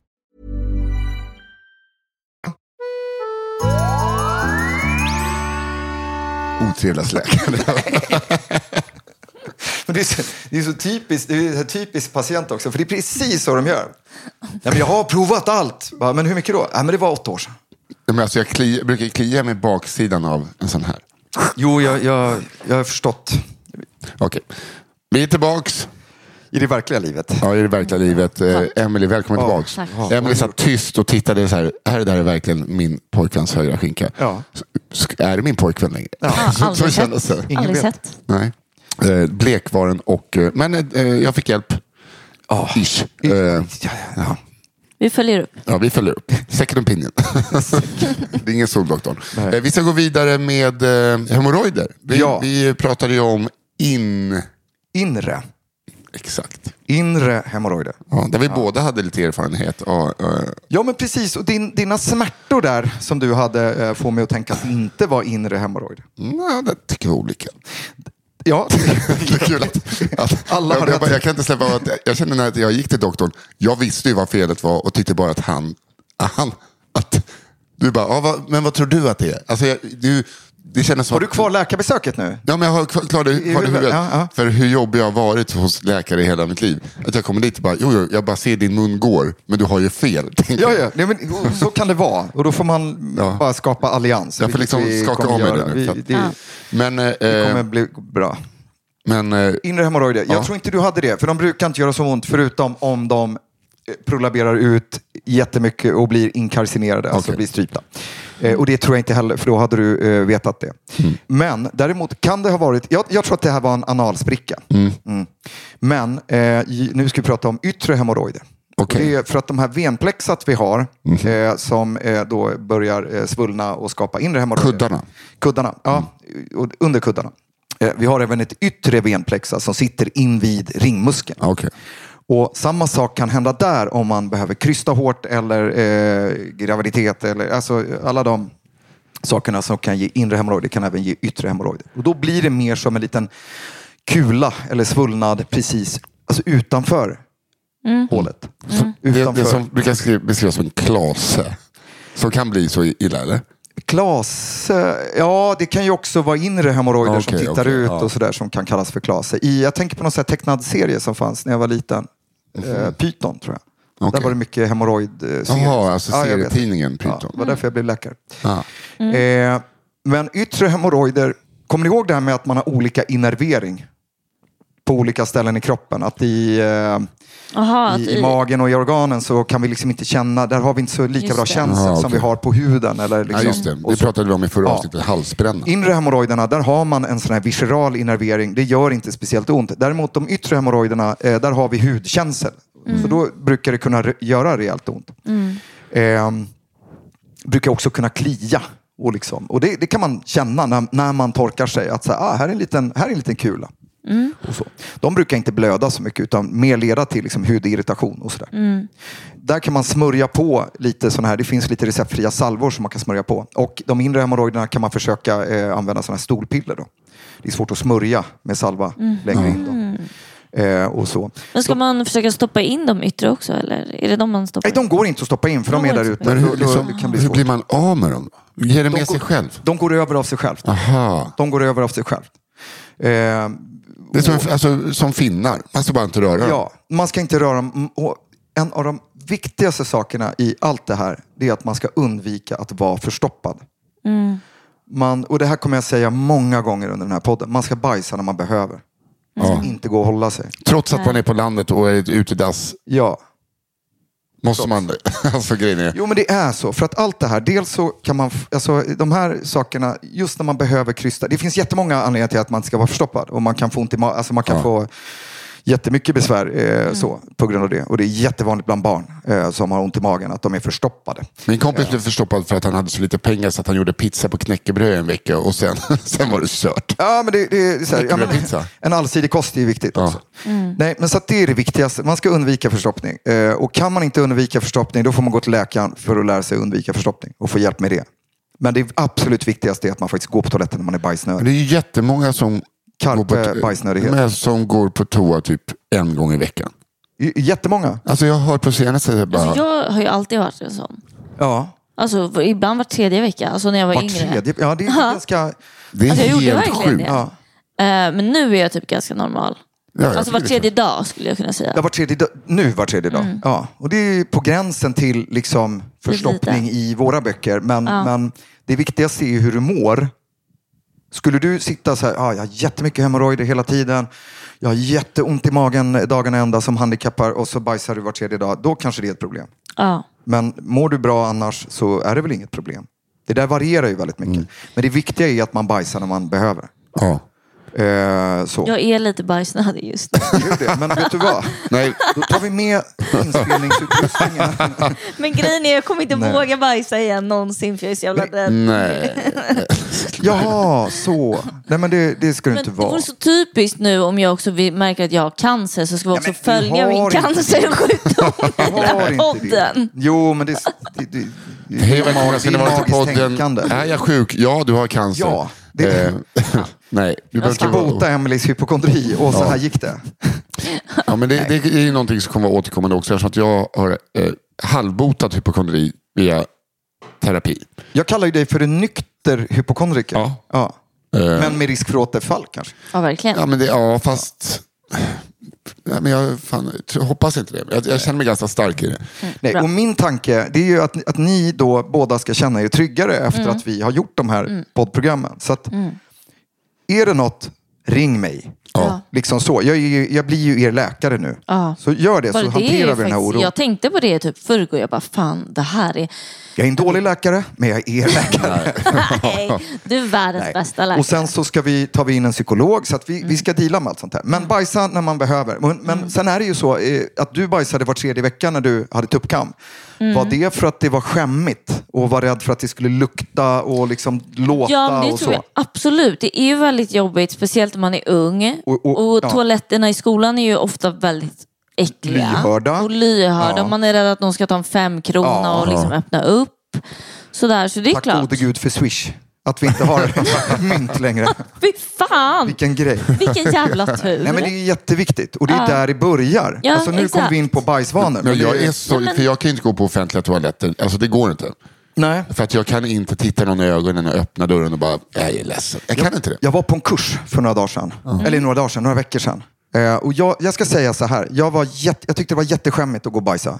<laughs> Otrevliga släkten. Men det är så, det är så typiskt, det är så här typiskt patient också, för det är precis så de gör. Nej, men jag har provat allt. Bara, Men hur mycket då? Nej, men det var åtta år sedan. Men alltså jag kli, brukar klia med baksidan av en sån här. Jo, jag, jag, jag har förstått. Okej. Vi är tillbaks. I det verkliga livet. Ja, i det verkliga livet. Eh, Emily, välkommen tillbaks. tack. Emily satt tyst och tittade så här. Är det där verkligen min pojkväns högra skinka? Ja. S- sk- Är det min pojkvän längre? <laughs> Ja, Så- så aldrig kändes det. sett. Aldrig sett. Nej. Eh, Blekvaren och... eh, Men eh, jag fick hjälp. Ah. Oh. Ish. Eh, Ja, ja. ja. Vi följer upp. Ja, vi följer upp. Second opinion. <laughs> det är ingen soldoktorn. Eh, Vi ska gå vidare med eh, hemorrojder. Vi, Ja. vi pratade ju om in... Inre. Exakt. Inre hemorrojder. Ja, där vi båda hade lite erfarenhet. Ja, eh, Ja, men precis. Och din, dina smärtor där som du hade eh, får mig att tänka att det inte var inre hemorrojder. nej, det tycker vi <laughs> olika. Ja, Det är kul att, att Alla har jag, jag, bara- rätt. jag kan inte släppa att jag kände när jag gick till doktorn, jag visste ju vad felet var och tyckte bara att han, han att du bara, ja, vad, men vad tror du att det är? Alltså, jag, du, det kändes som har du att- kvar läkarbesöket nu? Ja, men jag har kvar kvar det I kvar i huvudet, huvudet. ja, ja. För hur jobbig jag har varit hos läkare i hela mitt liv. Att jag kommer dit och bara, jo, jo, jag bara ser din mun går, men du har ju fel. <laughs> tänker Ja, jag. ja. Nej, men, och så kan det vara. Och då får man Ja. bara skapa allians. Jag får vilket liksom vi skaka kommer av mig göra. det nu. Vi, för det, att- Men, eh, det kommer bli bra. men eh, Inre hemorrojder. Jag Ja. tror inte du hade det, för de brukar inte göra så ont förutom om de eh, prolaberar ut jättemycket och blir inkarcinerade, alltså Okej. blir strypta. Eh, och det tror jag inte heller, för då hade du eh, vetat det. Mm. Men däremot kan det ha varit, jag, jag tror att det här var en analspricka. Mm. Men eh, j- nu ska vi prata om yttre hemorrojder. Okej. Mm. Och Det är för att de här venplexat vi har, eh, som eh, då börjar eh, svullna och skapa inre hemorrojder. Kuddarna. Kuddarna, ja. Och under kuddarna. Eh, Vi har även ett yttre venplexa som sitter invid ringmuskeln. ja, okej. Och samma sak kan hända där om man behöver krysta hårt eller eh, graviditet. Eller, alltså, alla de sakerna som kan ge inre hemorrojder kan även ge yttre hemorrojder. Och då blir det mer som en liten kula eller svullnad precis alltså utanför hålet. det, Utanför. det som brukar skri- beskrivas som en klase, som kan bli så illa, eller? Klase, eh, ja det kan ju också vara inre hemorrojder som Okej, tittar okej, ut ja. och sådär som kan kallas för klase. I, jag tänker på någon sån här tecknad serie som fanns när jag var liten. Eh, Python tror jag. Mhm. Okej. Där var det mycket eh, hemorrojd Jaha, alltså serietidningen Ja, Python. det var därför jag blev läkare. Ja. Mm. Eh, men yttre hemorrojder, kommer ni ihåg det här med att man har olika innervering? På olika ställen i kroppen. Att i, eh, Aha, att i, i magen och i organen så kan vi liksom inte känna, där har vi inte så lika Just bra det. känsel Aha, som okej. vi har på huden. Eller liksom. ja, just det. Och Det så pratade vi om i förra Ja. avsnittet, halsbränna. Inre hemorrojderna, där har man en sån här visceral innervering. Det gör inte speciellt ont. Däremot de yttre hemorrojderna, eh, där har vi hudkänsel. Så då brukar det kunna re- göra rejält ont. Ehm, brukar också kunna klia. Och, liksom, och det, det kan man känna när, när man torkar sig. Att så här, ah, här, är en liten, här är en liten kula. Och så. De brukar inte blöda så mycket utan mer leda till liksom hudirritation och sådär. Mm. Där kan man smörja på lite sådana här, det finns lite receptfria salvor som man kan smörja på. Och de inre hemorrojderna kan man försöka eh, använda sådana här stolpiller då. Det är svårt att smörja med salva längre in då. Eh, och så. Men Mm. ska man försöka stoppa in de yttre också? Eller är det de man stoppar Nej, in? de går inte att stoppa in för de De är går där inte. ute. Men hur, Då- då- liksom, det kan bli hur svårt. blir man av med dem? Ger det med sig går- själv? De går över av sig självt. Aha. De går över av sig självt. Eh, Det är som, en- alltså, som finnar, man ska bara inte röra dem. Ja, man ska inte röra dem. Och en av de viktigaste sakerna i allt det här det är att man ska undvika att vara förstoppad. Man, och det här kommer jag säga många gånger under den här podden. Man ska bajsa när man behöver. Man ska inte gå och hålla sig. Trots att man är på landet och är ute i dass Ja. måste man... <laughs> Alltså grejen är... Jo, men det är så. För att allt det här, dels så kan man, f- alltså de här sakerna, just när man behöver krysta. Det finns jättemånga anledningar till att man ska vara förstoppad och man kan få ont i ma- alltså man kan få jättemycket besvär eh, så, på grund av det. Och det är jättevanligt bland barn eh, som har ont i magen att de är förstoppade. Min kompis blev förstoppad för att han hade så lite pengar så att han gjorde pizza på knäckebröd en vecka och sen, <laughs> sen var det kört. Ja, men det, det är så här, ja, men, Knäckebrödpizza. en allsidig kost är ju viktigt också. Nej, men så att det är det viktigaste. Man ska undvika förstoppning. Eh, och kan man inte undvika förstoppning, då får man gå till läkaren för att lära sig undvika förstoppning och få hjälp med det. Men det absolut viktigaste är att man faktiskt går på toaletten när man är Men bajsnödig. det är ju jättemånga som, Karpe, går, bajsnödighet. men som går på toa typ en gång i veckan. J- Jättemånga. Alltså jag har på senaste bara... Alltså, jag har ju alltid varit en sån. Ja, Alltså, ibland var tredje vecka, alltså när jag var, var yngre. tredje. Ja, det är ganska... Det är Alltså, jag gjorde helt verkligen sjukt. det. Ja. Eh, men nu är jag typ ganska normal. Ja, jag Alltså var tycker det är tredje dag skulle jag kunna säga. Ja, var tredje dag, nu var tredje dag. Ja, och det är på gränsen till liksom förstoppning Mm. lite. i våra böcker. Men, Ja. men det viktigaste är ju hur du mår. Skulle du sitta så här, ah, jag har jättemycket hemorrojder hela tiden. Jag har jätteont i magen dagarna ända som handikappar och så bajsar du var tredje dag. Då kanske det är ett problem. Ja. Men mår du bra annars så är det väl inget problem. Det där varierar ju väldigt mycket. Men det viktiga är att man bajsar när man behöver. Ja. Eh, så. Jag är lite bajsnödig just nu. Gör det. Men vet du vad? Nej, Då tar vi med inspelningsutrustningen. Men grejen är jag kommer inte Nej. våga bajsa igen någonsin för jag är så jävla rädd. nej. Jaha, så. Nej, men det, det ska det Men inte det vara. vore så typiskt nu om jag också vill- märker att jag har cancer så ska vi också men du följa har min inte det. <laughs> cancersjukdom i den Var inte här det. podden. Jo, men det... det, det, det Hej välkomna ska ni vara till magiskt podden. tänkande. Är jag sjuk? Ja, du har cancer. Ja, det- Eh, <laughs> nej, du Jag behöver ska inte vara... bota Emelies hypokondri och så här gick det. Ja, men det, det är ju någonting som kommer vara återkommande också eftersom att jag har eh, halvbotat hypokondri via terapi. Jag kallar ju dig för en nykter hypokondriker. Ja. Eh. Men med risk för återfall kanske. Ja, verkligen. Ja, men det, ja fast... Nej, men jag fan, jag hoppas inte det. Jag, jag känner mig ganska stark i det. Mm. Nej, och min tanke det är ju att, att ni då båda ska känna er tryggare efter Mm. att vi har gjort de här poddprogrammen. Så att, är det något, ring mig. Ja. Liksom så. Jag, är ju, jag blir ju er läkare nu. Ja. Så gör det Bara så det är ju hanterar vi den här faktiskt- oron. Jag... Jag tänkte på det typ förrgår. Jag bara, fan det här är... <laughs> är en dålig läkare, men jag är <laughs> er läkare. Nej, du är världens Nej. bästa läkare. Mm. Och sen så ska vi, tar vi in en psykolog så att vi, vi ska deala med allt sånt här. Men bajsa när man behöver. Men, men sen är det ju så eh, att du bajsade var tredje vecka när du hade tuppkam. Mm. Var det för att det var skämmigt och var rädd för att det skulle lukta och liksom låta Ja, men det och tror så? jag absolut. Det är ju väldigt jobbigt, speciellt om man är ung. Och- Och, och- ja. toaletterna i skolan är ju ofta väldigt äckliga. Lyhörda. Och lyhörda. Ja. Man är rädd att någon ska ta en femkrona Ja. och liksom öppna upp. Sådär, så det är Tack klart. gode gud för Swish. Att vi inte <laughs> har mynt längre. Fy fan! Vilken grej. <laughs> Vilken jävla tur. Nej, men det är jätteviktigt och det är där det börjar. Ja, alltså, nu exakt. kommer vi in på bajsvanor. Men jag, är så, för jag kan ju inte gå på offentliga toaletter. Alltså det går inte. Nej. För att jag kan inte titta någon i ögonen och öppna dörren och bara, jag är ledsen. Jag kan inte det. Jag var på en kurs för några dagar sedan. Eller några dagar sedan, några veckor sedan. Eh, och jag, jag ska säga så här. Jag, var jätte, jag tyckte det var jätteskämmigt att gå och bajsa.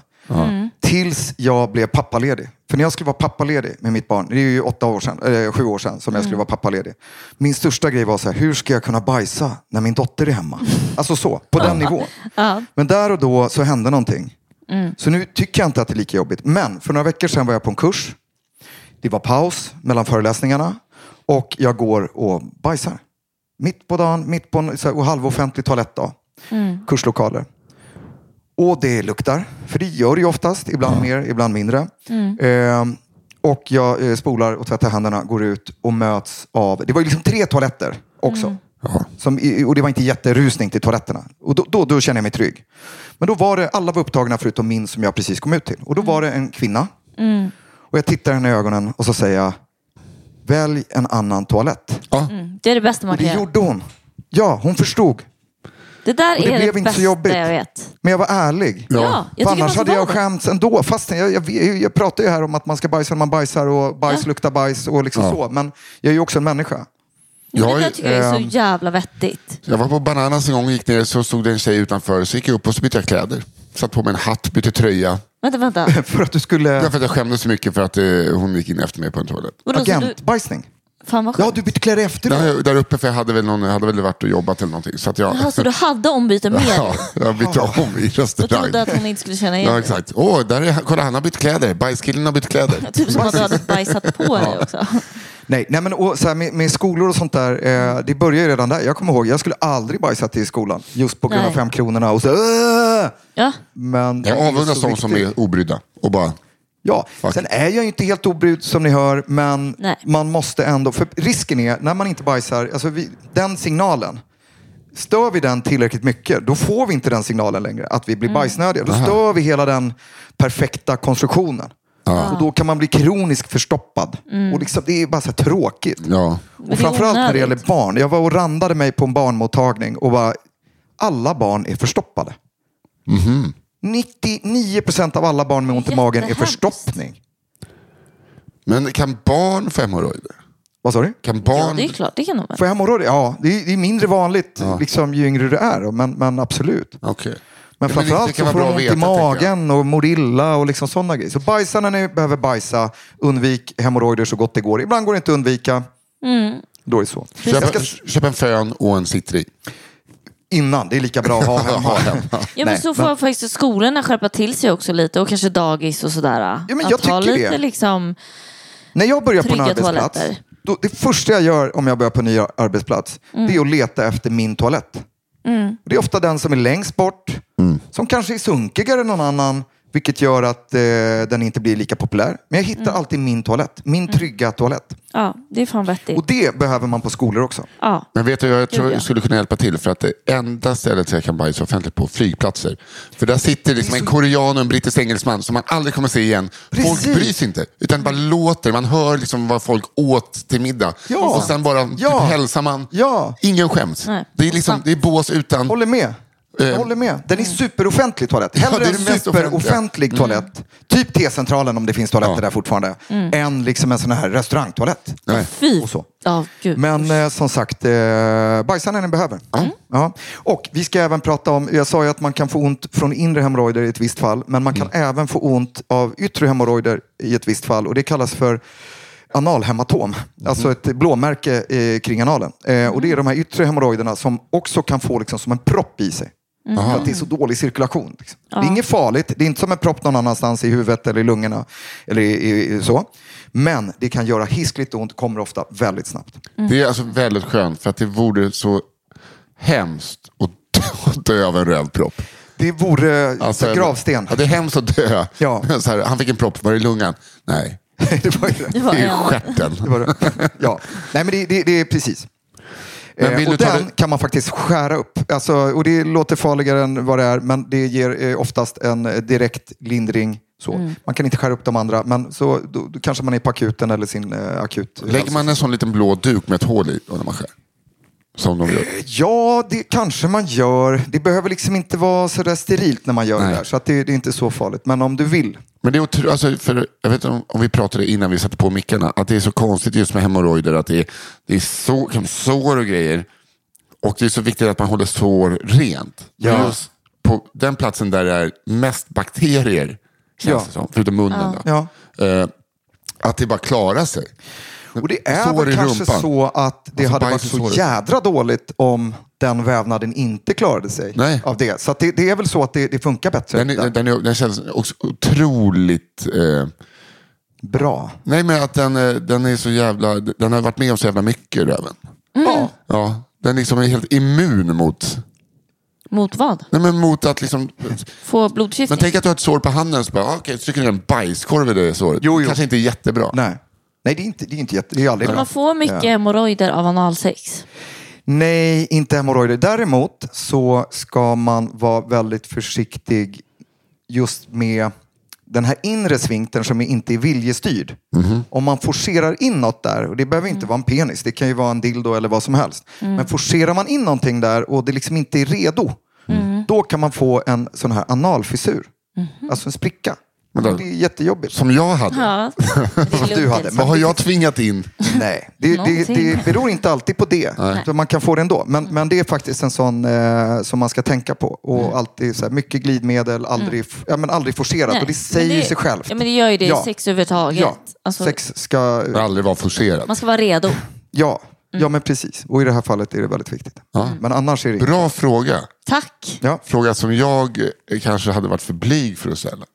Tills jag blev pappaledig. För när jag skulle vara pappaledig med mitt barn, det är ju åtta år sedan, eller sju år sedan som jag skulle vara pappaledig. Min största grej var så här, hur ska jag kunna bajsa när min dotter är hemma? Alltså så, på den nivån. Men där och då så hände någonting. Så nu tycker jag inte att det är lika jobbigt. Men för några veckor sedan var jag på en kurs. Det var paus mellan föreläsningarna och jag går och bajsar. Mitt på dagen, mitt på en så här, och halvoffentlig toalett då. Kurslokaler. Och det luktar, för det gör det ju oftast. Ibland mer, ibland mindre. Ehm, och jag eh, spolar och tvättar händerna, går ut och möts av... Det var ju liksom tre toaletter också. Som, i- och det var inte jätterusning till toaletterna. Och då, då, då kände jag mig trygg. Men då var det, alla var upptagna förutom min som jag precis kom ut till. Och då var det en kvinna. Och jag tittar henne i ögonen och så säger jag, välj en annan toalett. Det är det bästa man Och kan det göra. gjorde hon. Ja, hon förstod. Det där Och det är blev det inte bästa så jobbigt. jag vet. Men jag var ärlig. Ja, jag För tycker man annars ska hade vara jag det. skämts ändå. Fast jag, jag, jag, jag pratar ju här om att man ska bajsa när man bajsar och bajs luktar bajs och liksom så. Men jag är ju också en människa. Jag, har Det ju- eh, där tycker jag ehm, är så jävla vettigt. Jag var på Bananas en gång och gick ner så stod det en tjej utanför. Så gick jag upp och så bytte jag kläder. Satt på mig en hatt, bytte tröja. <laughs> Vänta, vänta. För att du skulle... Därför att jag skämdes så mycket för att eh, hon gick in efter mig på en toalett. Vadå, så du, Agentbajsning. fan vad Ja, sjukt. du bytte kläder efter det. Där, där uppe, för jag hade väl, någon, jag hade väl varit och jobbat eller någonting. Så att jag, <laughs> Jaha, så du hade <laughs> ombyte med ja, dig? jag bytte om i Och trodde restaurang. att hon inte skulle känna igen Ja, dig? exakt. Åh, där är, kolla han har bytt kläder. Bajskillen har bytt kläder. Typ som att du hade bajsat på dig också. Nej, nej men och, så här, med, med skolor och sånt där, Mm. eh, det börjar ju redan där. Jag kommer ihåg, jag skulle aldrig bajsa till skolan. Just på grund av Nej. fem kronorna och så... "Åh!" Ja. Jag Men det är avundas så de som viktigt. är obrydda och bara Ja, Fuck. sen är jag ju inte helt obrydd som ni hör, men Nej. man måste ändå... För risken är, när man inte bajsar, alltså vi, den signalen, stör vi den tillräckligt mycket, då får vi inte den signalen längre, att vi blir bajsnödiga. Då stör vi hela den perfekta konstruktionen. Och då kan man bli kroniskt förstoppad. Och liksom, det är bara så här tråkigt. Ja. det Och är framförallt när det gäller onödigt. barn. Jag var och randade mig på en barnmottagning och bara, alla barn är förstoppade. Mhm. 99 procent av alla barn med ont i magen är Jättehemskt. förstoppning. Men kan barn få hemorrojder? Vad sa du? Kan Ja, barn... det är klart. Det kan de väl. Får jag hemorrojdor? Ja, det är, det är mindre vanligt liksom, ju yngre du är, då, men, men absolut. Okej. Men Ja, framförallt det kan vara så får de bra ont att i veta, tänker jag. magen och mår illa och liksom sådana grejer. Så bajsa när ni behöver bajsa. Undvik hemorrojder så gott det går. Ibland går det inte att undvika. Mm. Då är det så. Jag Köp, ska, en- köp en fön och en citri. innan, det är lika bra <laughs> att ha hemma. Ja, men Nej, så får faktiskt skolorna skärpa till sig också lite och kanske dagis och sådär. Ja, men Att jag ha tycker lite det. liksom... När jag börjar på en Trygga arbetsplats, toaletter. då, det första jag gör om jag börjar på en ny ar- arbetsplats, Mm. det är att leta efter min toalett. Det är ofta den som är längst bort, Mm. som kanske är sunkigare än någon annan, vilket gör att eh, den inte blir lika populär. Men jag hittar Mm. alltid min toalett, min trygga toalett. Ja, Mm. det är fan Och vettigt. det behöver man på skolor också. Ja. Men vet du, jag tror Julia. jag skulle kunna hjälpa till för att det enda stället jag kan bajsa offentligt på, flygplatser. För där sitter liksom en korean och en brittisk engelsman som man aldrig kommer se igen. Folk Precis. bryr sig inte, utan bara låter. Man hör liksom vad folk åt till middag. Ja. Och sen bara Ja. typ, hälsar man. Ja. Ingen skäms. Nej. Det är, liksom, det är bås utan... Håller med. Jag Eh. håller med. Den Mm. är superoffentlig toalett. Ja, Hellre det är en det mest offentliga. Mm. superoffentlig toalett, typ T-centralen om det finns toaletter Ja. där fortfarande, Mm. än liksom en sån här restaurangtoalett. Nej. Fy. Och så. Ja, gud. Men eh, som sagt, eh, bajsa när ni behöver. Ja. Och vi ska även prata om, jag sa ju att man kan få ont från inre hemorrojder i ett visst fall, men man kan även få ont av yttre hemorrojder i ett visst fall och det kallas för analhematom, alltså ett blåmärke eh, kring analen. Eh, och det är de här yttre hemorrojderna som också kan få liksom som en propp i sig. För att det är så dålig cirkulation. Liksom. Det är inget farligt. Det är inte som en propp någon annanstans i huvudet eller i lungorna. Eller i, i, i, så. Men det kan göra hiskligt ont, kommer ofta väldigt snabbt. Det är alltså väldigt skönt för att det vore så hemskt att dö <laughs> av en rövpropp. Det vore Alltså, en- gravsten. Ja, det är hemskt att dö. Ja. <laughs> Men Så här, han fick en propp, var det i lungan? Nej, <laughs> det var ju det. Det var det är i en... stjärten. Det var det. Ja. Nej, men det, det, det är precis. Men Eh, vill och du ta den det- kan man faktiskt skära upp. Alltså, och det låter farligare än vad det är, men det ger eh, oftast en eh, direkt lindring. Så. Man kan inte skära upp de andra, men så, då, då kanske man är på akuten eller sin eh, akut. Lägger man en sån liten blå duk med ett hål i och när man skär? Som de gör. Ja, det kanske man gör. Det behöver liksom inte vara så där sterilt när man gör Nej. det där, så att det, det är inte så farligt. Men om du vill. Men det är otro, alltså, för, jag vet inte om, om vi pratade innan vi satte på mickarna, att det är så konstigt just med hemorrojder, att det är, det är så, liksom sår och grejer. Och det är så viktigt att man håller sår rent. Men Ja. Just på den platsen där det är mest bakterier, känns Ja. det som, förutom munnen. Ja. Då. Eh, att det bara klarar sig. Och det är Sår väl i kanske rumpan. så att det Alltså hade varit bajs i så såret. jädra dåligt om den vävnaden inte klarade sig Nej. av det. Så att det, det är väl så att det, det funkar bättre. Den, är- den, den, är- den känns också otroligt... Eh, Bra. nej, men att den, eh, den är så jävla... Den har varit med om så jävla mycket, röven. Ja. Ja, den liksom är helt immun mot... Mot vad? Nej, men mot att liksom... Få Men blodförgiftning? tänk att du har ett sår på handen, så bara, ah, okej, trycker ner en bajskorv i det såret. Jo, jo. Kanske inte är jättebra. Nej. Nej, det är, inte, det är, inte jätte, det är aldrig bra. Man får mycket Ja. hemorrojder av <laughs> analsex. Nej, inte hemorrojder. Däremot så ska man vara väldigt försiktig just med den här inre svinkten som inte är viljestyrd. Mhm. Om man forcerar in något där, och det behöver inte vara en penis, det kan ju vara en dildo eller vad som helst. Men forcerar man in någonting där och det liksom inte är redo, då kan man få en sån här analfissur. Alltså en spricka. Men då- det är jättejobbigt. Som jag hade. Ja. du hade, Vad men- har jag tvingat in? Nej, det, det, Någonting. det beror inte alltid på det. Så man kan få det ändå. Men, men det är faktiskt en sån eh, som man ska tänka på. Och Mm. alltid så här, mycket glidmedel, aldrig, f- ja, men aldrig forcerat. Mm. Nej, Och det men säger det- sig självt. Ja, men det gör ju det i Ja. sex överhuvudtaget. Ja, Alltså, sex ska... Jag har aldrig varit forcerad. Man ska <laughs> vara redo. Ja, Mm. ja, men precis. Och i det här fallet är det väldigt viktigt. Men annars är det... Bra fråga. Tack. Ja. Fråga som jag eh, kanske hade varit för blyg för att ställa.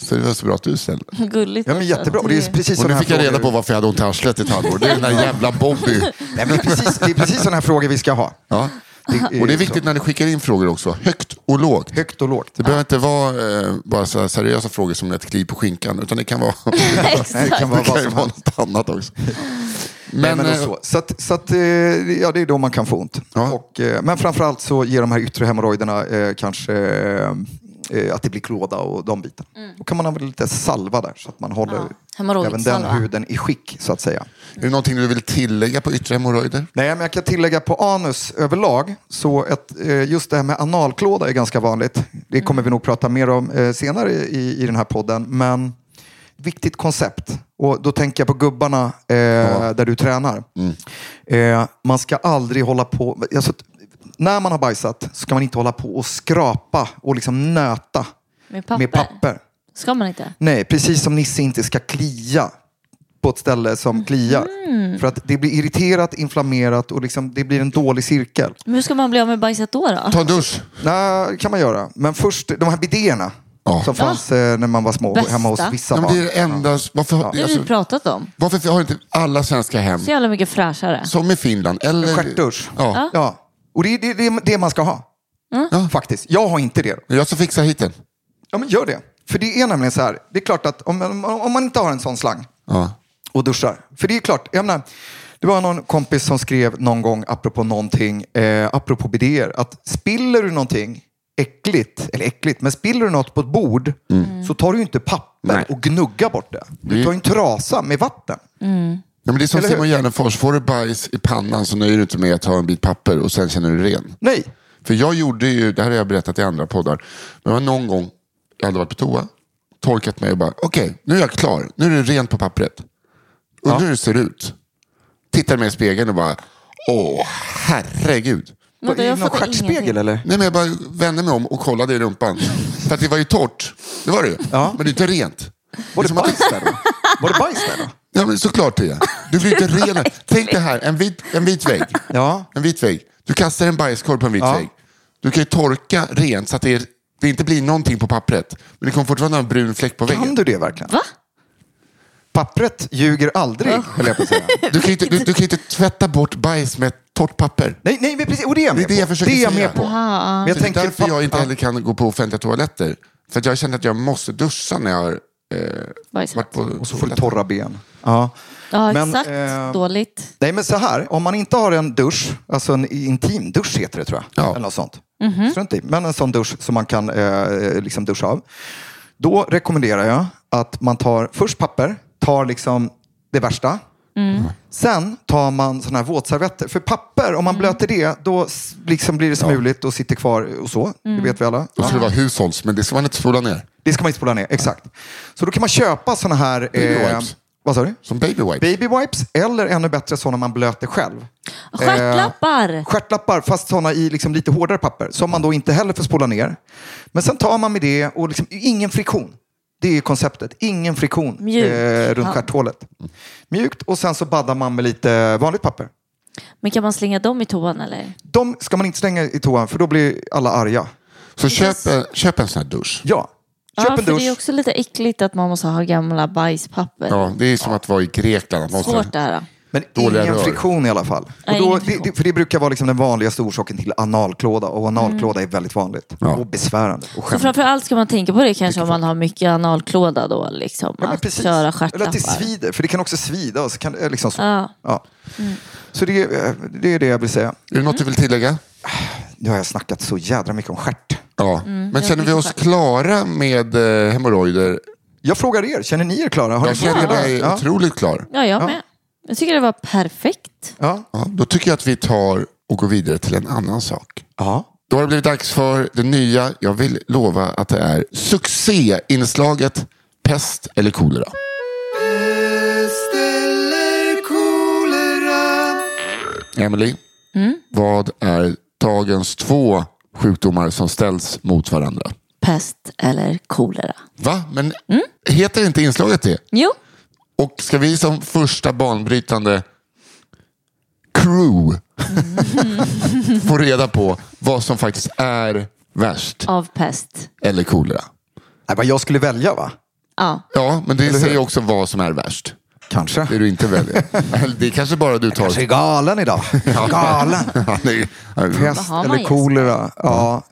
Så det var så bra att du ställde. Gulligt. Ja, men också. jättebra. Och det är <laughs> precis Och nu Mm. såna här fick jag reda på frågor- varför jag hade ont i arslet i ett halvår. Det är den där jävla <laughs> Bobby. Nej, men det, är precis, det är precis sådana här frågor <laughs> vi ska ha. Ja. Och det är viktigt så. när ni skickar in frågor också. Högt och lågt. Högt och lågt. Det behöver inte vara eh, bara så här seriösa frågor som ett kliv på skinkan. Utan det kan vara, Nej, det kan vara det kan vad ju som vara helst. något annat också. Men, Men, men då eh, så. Så, att, så att, eh, ja, det är då man kan få ont. Ja. Och, eh, men framförallt så ger de här yttre hemorrojderna eh, kanske eh, eh, att det blir klåda och de bitarna. Då kan man använda lite salva där så att man håller även den hemorrojdsalva. huden i skick så att säga. är det någonting du vill tillägga på yttre hemorrojder? Nej, men jag kan tillägga på anus överlag, så ett, eh, just det här med analklåda är ganska vanligt. Det kommer vi nog prata mer om eh, senare i, i den här podden. Men viktigt koncept. Och då tänker jag på gubbarna eh, där du tränar. Eh, man ska aldrig hålla på... Alltså, när man har bajsat ska man inte hålla på och skrapa och liksom nöta Med papper? med papper. Ska man inte? Nej, precis som Nisse inte ska klia på ett ställe som kliar. För att det blir irriterat, inflammerat och liksom, det blir en dålig cirkel. Men hur ska man bli av med bajset då? då? Ta en dusch. Nej, det kan man göra. Men först, de här bidéerna Ja. som fanns eh, när man var små Bästa. hemma hos vissa Ja, men barn. det är det enda... Varför, Det har vi alltså, pratat om. varför har inte alla svenska hem, Så jävla mycket fräschare. som i Finland, eller... Stjärtdusch. Ja. Ja. Och det är det, det, är det man ska ha. Faktiskt. Jag har inte det. Jag ska fixa hit den. Ja, men gör det. För det är nämligen så här, det är klart att om, om- om man inte har en sån slang Ja. och duschar. För det är klart, jag menar, det var någon kompis som skrev någon gång, apropå någonting, eh, apropå bidéer, att spiller du någonting äckligt, eller äckligt, men spiller du något på ett bord så tar du ju inte papper Mm. Nej. Mm. och gnuggar bort det. Du tar ju en trasa med vatten. Ja, men det är som Eller hur? Simon Gärdenfors, får du bajs i pannan så nöjer du inte med att ta en bit papper och sen känner du dig ren. Nej. För jag gjorde ju, det här har jag berättat i andra poddar, men det var någon gång jag hade varit på toa, torkat mig och bara, okej, nu är jag klar, nu är det rent på pappret. Undrar hur det ser ut. Tittar mig i spegeln och bara, åh herregud. Men då, I jag någon fattar stjärtspegel ingenting. eller? Nej, men jag bara vände mig om och kollade i rumpan. För att det var ju torrt, det var det ju. Ja. Men det är inte rent. Var det bajs där då? Var det bajs <laughs> där då? Ja, men såklart det är. Du blir inte ren. Tänk det här, en vit, en vit vägg. Ja. En vit vägg. Du kastar en bajskorv på en vit Ja. vägg. Du kan ju torka rent så att det, är, det inte blir någonting på pappret. Men det kommer fortfarande ha en brun fläck på Kan väggen. du det verkligen? Va? Pappret ljuger aldrig, höll jag på att säga. Du kan ju inte, du, du kan ju inte tvätta bort bajs med ett torrt papper. Nej, nej, men precis. Och det är jag Det är med det jag på. försöker det är jag säga. med på. Men Det är därför papp- jag inte ja. heller kan gå på offentliga toaletter. För att jag känner att jag måste duscha när jag har eh, Bajsat. varit på Och så får du torra ben. Ja. Ja, Men, exakt. eh, Dåligt. Nej, men så här. Om man inte har en dusch, alltså en intim dusch heter det tror jag. Ja. Eller något sånt. Strunt i. Men en sån dusch som man kan eh, liksom duscha av. Då rekommenderar jag att man tar först papper, tar liksom det värsta. Sen tar man såna här våtservetter. För papper, om man blöter det, då s- liksom blir det smuligt och sitter kvar och så. Det vet vi alla. Då ska det vara hushålls, men det ska man inte spola ner. Det ska man inte spola ner, exakt. Så då kan man köpa såna här... eh, wipes. vad sa du? Som baby wipe. Baby wipes eller ännu bättre sådana man blöter själv. Stjärtlappar! Stjärtlappar, fast sådana i liksom lite hårdare papper som man då inte heller får spola ner. Men sen tar man med det och liksom, ingen friktion. Det är konceptet. Ingen friktion eh, Mjukt. runt Ja. stjärthålet. Mjukt och sen så baddar man med lite vanligt papper. Men kan man slänga dem i toan eller? De ska man inte slänga i toan för då blir alla arga. Så köp, en- köp en sån här dusch. Ja, köp Ja, en för det är dusch. också lite äckligt att man måste ha gamla bajspapper. Ja, det är som att vara i Grekland. Att man måste- Svårt det här. då. Men Dåliga ingen rör. friktion i alla fall. Nej, och då, ingen det, friktion. det, för det brukar vara liksom den vanligaste orsaken till analklåda. Och analklåda är väldigt vanligt. Och besvärande. Och Mm. Så skämmigt. framförallt ska man tänka på det kanske om man har mycket analklåda då. Liksom, Ja, men att köra Eller att det stjärtlappar. svider, för det kan också svida. Och så kan, eh, liksom så. Ja. Mm. Ja. så det, eh, det är det jag vill säga. Är det något du vill tillägga? Nu har jag snackat så jädra mycket om stjärt. Ja. Men känner vi Mm, tycker oss själv. klara med eh, hemorrojder? Jag frågar er, känner ni er klara? Har Jag ni frågat känner er? mig Ja. otroligt klar. Ja, jag med. Jag tycker det var perfekt. Ja. Ja, då tycker jag att vi tar och går vidare till en annan sak. Ja. Då har det blivit dags för det nya, jag vill lova att det är succéinslaget Pest eller kolera. Emily, Mm. vad är dagens två sjukdomar som ställs mot varandra? Pest eller kolera? Va? Men Mm. heter inte inslaget det? Jo, Och ska vi som första banbrytande crew <laughs> få reda på vad som faktiskt är värst av pest. eller coolare? Nej, vad jag skulle välja, va? Ja. Ja, men det säger också vad som är värst. Kanske. Det du inte väljer. <laughs> Eller det är kanske bara du tar. Kanske är galen idag. Galen. <laughs> Ja, det är- Pest har man eller just? kolera? Ja.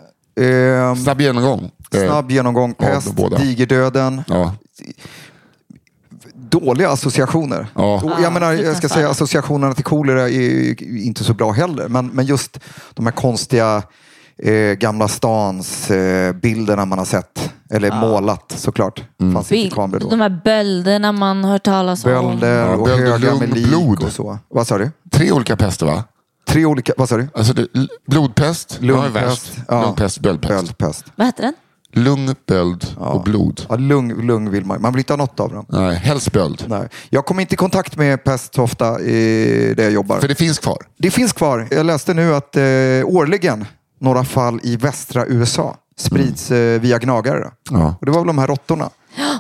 Ehm, Snabb genomgång. Eh, snabb genomgång. Ja, Pest, de båda. digerdöden. Ja. dåliga associationer. Ja. Och jag menar, jag ska säga associationerna till kolera är ju inte så bra heller. Men, men just de här konstiga eh, Gamla stans eh, bilderna man har sett. Eller målat såklart. Mm. Fanns inte kameror då. De här bölderna man hör talas om. Bölder Ja, och bölder, höga med lung, lik blod. och så. Vad sa du? Tre olika pester va? Tre olika, vad sa du? Alltså det, l- blodpest, lungpest, Lungpest, ja. lungpest, böldpest. Böldpest. Vad heter den? Lung, böld och blod. Ja, lung, lung vill man Man vill inte ha något av dem. Nej, helst böld. Nej. Jag kom inte i kontakt med pest så ofta i där jag jobbar. För det finns kvar. Det finns kvar. Jag läste nu att eh, årligen några fall i västra USA sprids eh, via gnagare. Mm. Ja. Och det var väl de <gasps> här råttorna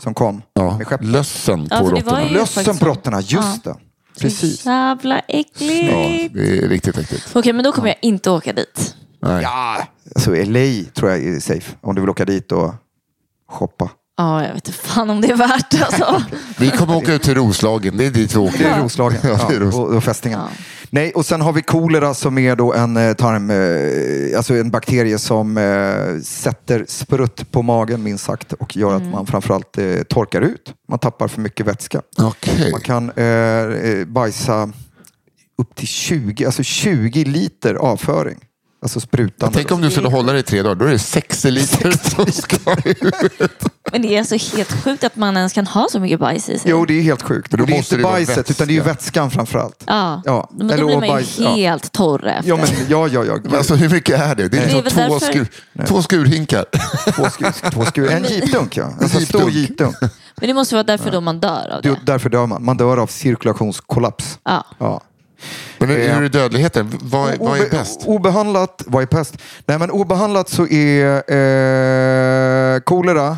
som kom Ja. med skepp. Lössen på Ja, för det var råttorna. ju- Lössen faktiskt på råttorna, just det. Precis. Jävla äckligt. Ja, Alltså, det är riktigt äckligt. Okej, men då kommer jag inte åka dit. Nej. Ja, alltså LA tror jag är safe. Om du vill åka dit och shoppa. Ja, jag vet inte fan om det är <laughs> värt alltså. Vi kommer åka ut till Roslagen. Det är dit vi Det är åker. Roslagen Ja, det är ja, Ros- och, och fästingen. Ja. Nej, och sen har vi kolera som är då en eh, tarm, eh, alltså en bakterie som eh, sätter sprutt på magen minst sagt och gör Mm. att man framförallt eh, torkar ut. Man tappar för mycket vätska. Okej. Man kan eh, eh, bajsa upp till 20, alltså 20 liter avföring. Alltså sprutande. Tänk om du skulle hålla dig i tre dagar. Då är det 60 liter som ska ut. Men det är så helt sjukt att man ens kan ha så mycket bajs i sig. Jo, det är helt sjukt. Men då Och det är måste det inte vara bajset, vätska. utan det är ju vätskan framförallt. Ja, Ja, men då eller blir man ju bajs, ja. helt torr efter. Ja, men, ja, ja, ja. Men Alltså hur mycket är det? Det är Det liksom är väl två, därför- skur, två skurhinkar. Två skur, två skur. <laughs> En jeepdunk, ja. Alltså, en stor Jeepdunk. jeepdunk. Men det måste vara därför då man dör av Det- det. Därför dör man. Man dör av cirkulationskollaps. Ja. Ja. Men hur är dödligheten? Vad, är- vad är Obe- bäst? Obehandlat, vad är pest? Nej, men obehandlat så är eh, kolera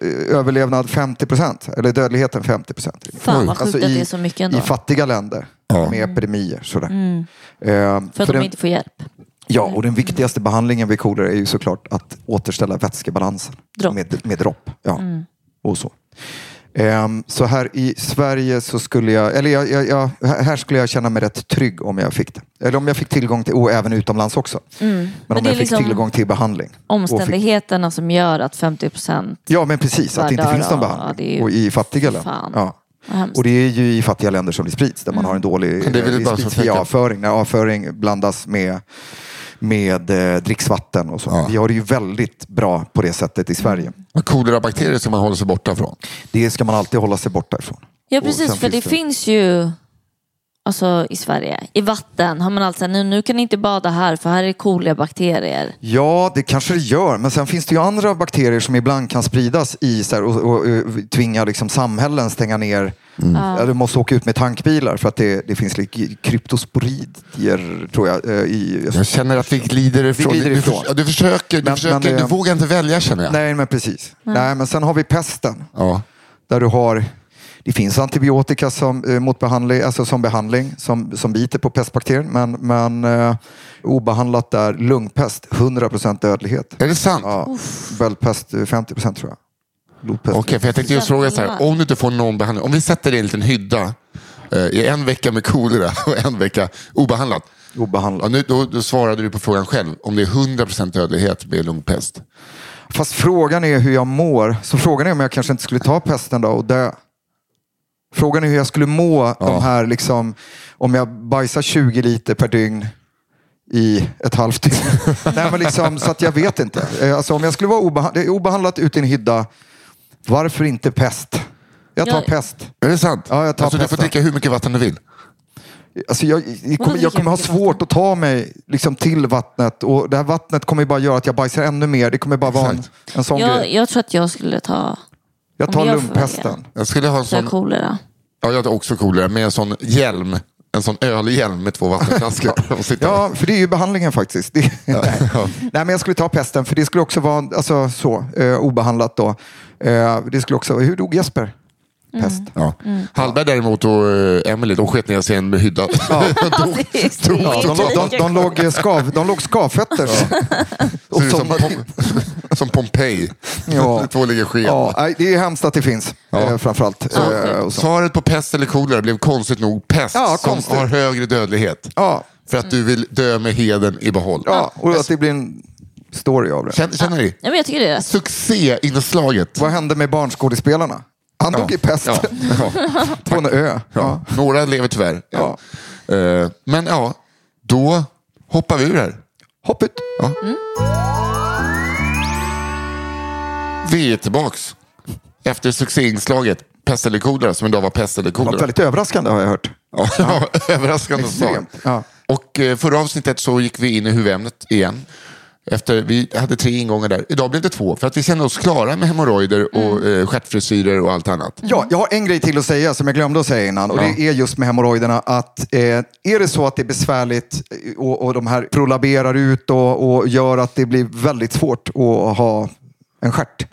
eh, överlevnad 50 procent, eller dödligheten 50 procent. Fan vad sjukt att det är så mycket ändå. Alltså Mm. I fattiga länder med epidemier. Sådär. Eh, för att de den, inte får hjälp. ja, och den viktigaste behandlingen vid kolera är ju såklart att återställa vätskebalansen Dropp. Mm. Med, med dropp. Ja. Och så. Ehm, så här i Sverige så skulle jag, eller jag, jag, jag, här här skulle jag känna mig rätt trygg om jag fick det. Eller om jag fick tillgång till, och även utomlands också. Men, Men om det är jag fick liksom tillgång till behandling. och Fick, Omständigheterna som gör att 50 procent... ja men precis, att det inte Vardar finns någon och- ja, behandling. det är ju- och i fattiga länder. Fan. Ja. Vad hemskt. Mm. Och det är ju i fattiga länder som det sprids, där man har en dålig Men det är väl eh, bara sprids som via tänker- avföring, när avföring blandas med med eh, dricksvatten och så. Ja. Vi har det ju väldigt bra på det sättet i Sverige. Mm. Kolerabakterier som man håller sig borta från. Det ska man alltid hålla sig borta ifrån. Ja Och sen precis, för det finns det- finns ju alltså, i Sverige. I vatten har man alltså nu, nu kan ni inte bada här för här är kolibakterier. Ja, det kanske det gör. Men sen finns det ju andra bakterier som ibland kan spridas i så här, och, och, och tvinga liksom samhällen stänga ner. Mm. Ja, du måste åka ut med tankbilar för att det, det finns like, kryptosporidier tror jag. eh, I, Jag känner att vi glider ifrån. glider Du, ifrån. förs- ja, du försöker, du, Men- försöker men det- du vågar inte välja känner jag. Nej, men precis. Nej, men sen har vi pesten. Ja. Där du har, det finns antibiotika som, eh, mot behandling, alltså som behandling som, som biter på pestbakterien. Men, men eh, obehandlat där lungpest, 100% dödlighet. Är det sant? Ja, böldpest eh, 50% tror jag. Blodpest. Okej, för jag tänkte just fråga så här. Om du inte får någon behandling. Om vi sätter dig i en liten hydda eh, i en vecka med kolera <laughs> och en vecka obehandlat. Ja, Obehandlad. nu, då, då svarade du på frågan själv. Om det är 100% dödlighet med lungpest. Fast frågan är hur jag mår. Så frågan är om jag kanske inte skulle ta pesten då och dö. Frågan är hur jag skulle må de här liksom, om jag bajsar 20 liter per dygn i ett halvt dygn. Nej, men liksom, så att jag vet inte. Eh, Alltså, om jag skulle vara obehandlat, obehandlat ute i en hydda, varför inte pest? Jag tar Jag- pest. Är det sant? Ja, jag tar alltså, du får pesten. dricka hur mycket vatten du vill. Alltså jag, jag, kommer, jag kommer ha mycket svårt att ta mig liksom till vattnet och det här vattnet kommer bara göra att jag bajsar ännu mer. Det kommer bara vara en, en sån Jag, grej. jag tror att jag skulle ta Jag tar om jag får lungpesten. välja. Jag skulle ha en så här sån, kolera. ja, jag tar också kolera, med en sån hjälm. En sån ölhjälm med två <laughs> vattenflaskor. och sitta- Ja, för det är ju behandlingen faktiskt. Det, nej. <laughs> nej, men jag skulle ta pesten för det skulle också vara alltså, så eh, obehandlat då. Eh, det skulle också, hur dog Jesper? Pest. Ja. Hallberg däremot och eh, Emily, de sket ner sig i en hydda. <laughs> det är så Ja, De, låg- de, de, låg eh, skav, de låg skavfötter. Så Och det är som, somnade in. Pom- <laughs> som Pompeji. Ja. Två ligger sken. ja, nej, det är hemskt att det finns, eh, framförallt. Eh, och så. Svaret på pest eller kolera blev konstigt nog pest Ja, som konstigt. har högre dödlighet. Ja, För att du vill dö med heden i behåll. Eh, ja, och att det blir en story av det. Känner, känner ni? Ja, men jag tycker det är rätt. Succéinslaget. Vad hände med barnskådespelarna? Han dog i <laughs> pest Ja. Ja. <laughs> på en ö. Ja. Ja. Några lever tyvärr. Ja. Eh, Men ja, då hoppar vi ur här. Hopp ut. Ja. Mm. Vi är tillbaks efter succéinslaget Pest eller kolera, som idag var Pest eller Något kolera. väldigt överraskande har jag hört. Ja, <laughs> överraskande svar. Extremt. Ja. Och eh, förra avsnittet så gick vi in i huvudämnet igen. Efter, vi hade tre ingångar där. Idag blev det två, för att vi kände oss klara med hemorrojder och eh, stjärtfrisyrer och allt annat. Mm. Ja, jag har en grej till att säga som jag glömde att säga innan. Och Det är just med hemorrojderna att eh, är det så att det är besvärligt eh, och, och de här prolaberar ut och, och gör att det blir väldigt svårt att ha en stjärt.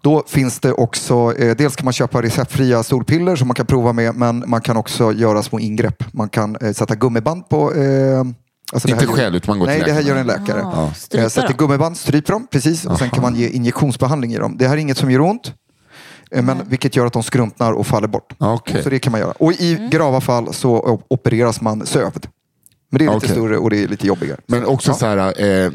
Då finns det också, eh, dels kan man köpa receptfria solpiller som man kan prova med, men man kan också göra små ingrepp. Man kan eh, sätta gummiband på eh, alltså det Inte här- själv, utan man går till Nej, det här läkaren. gör en läkare. Ja, strypa Eh, Sätter dem. gummiband, stryper dem, precis. Och sen kan man ge injektionsbehandling i dem. Det här är inget som gör ont. Eh, Men, vilket gör att de skrumpnar och faller bort. Ja, okej. Mm. Så det kan man göra. Och i grava fall så o- opereras man sövd. Men det är lite Okej. större och det är lite jobbigare. Men också så här, eh,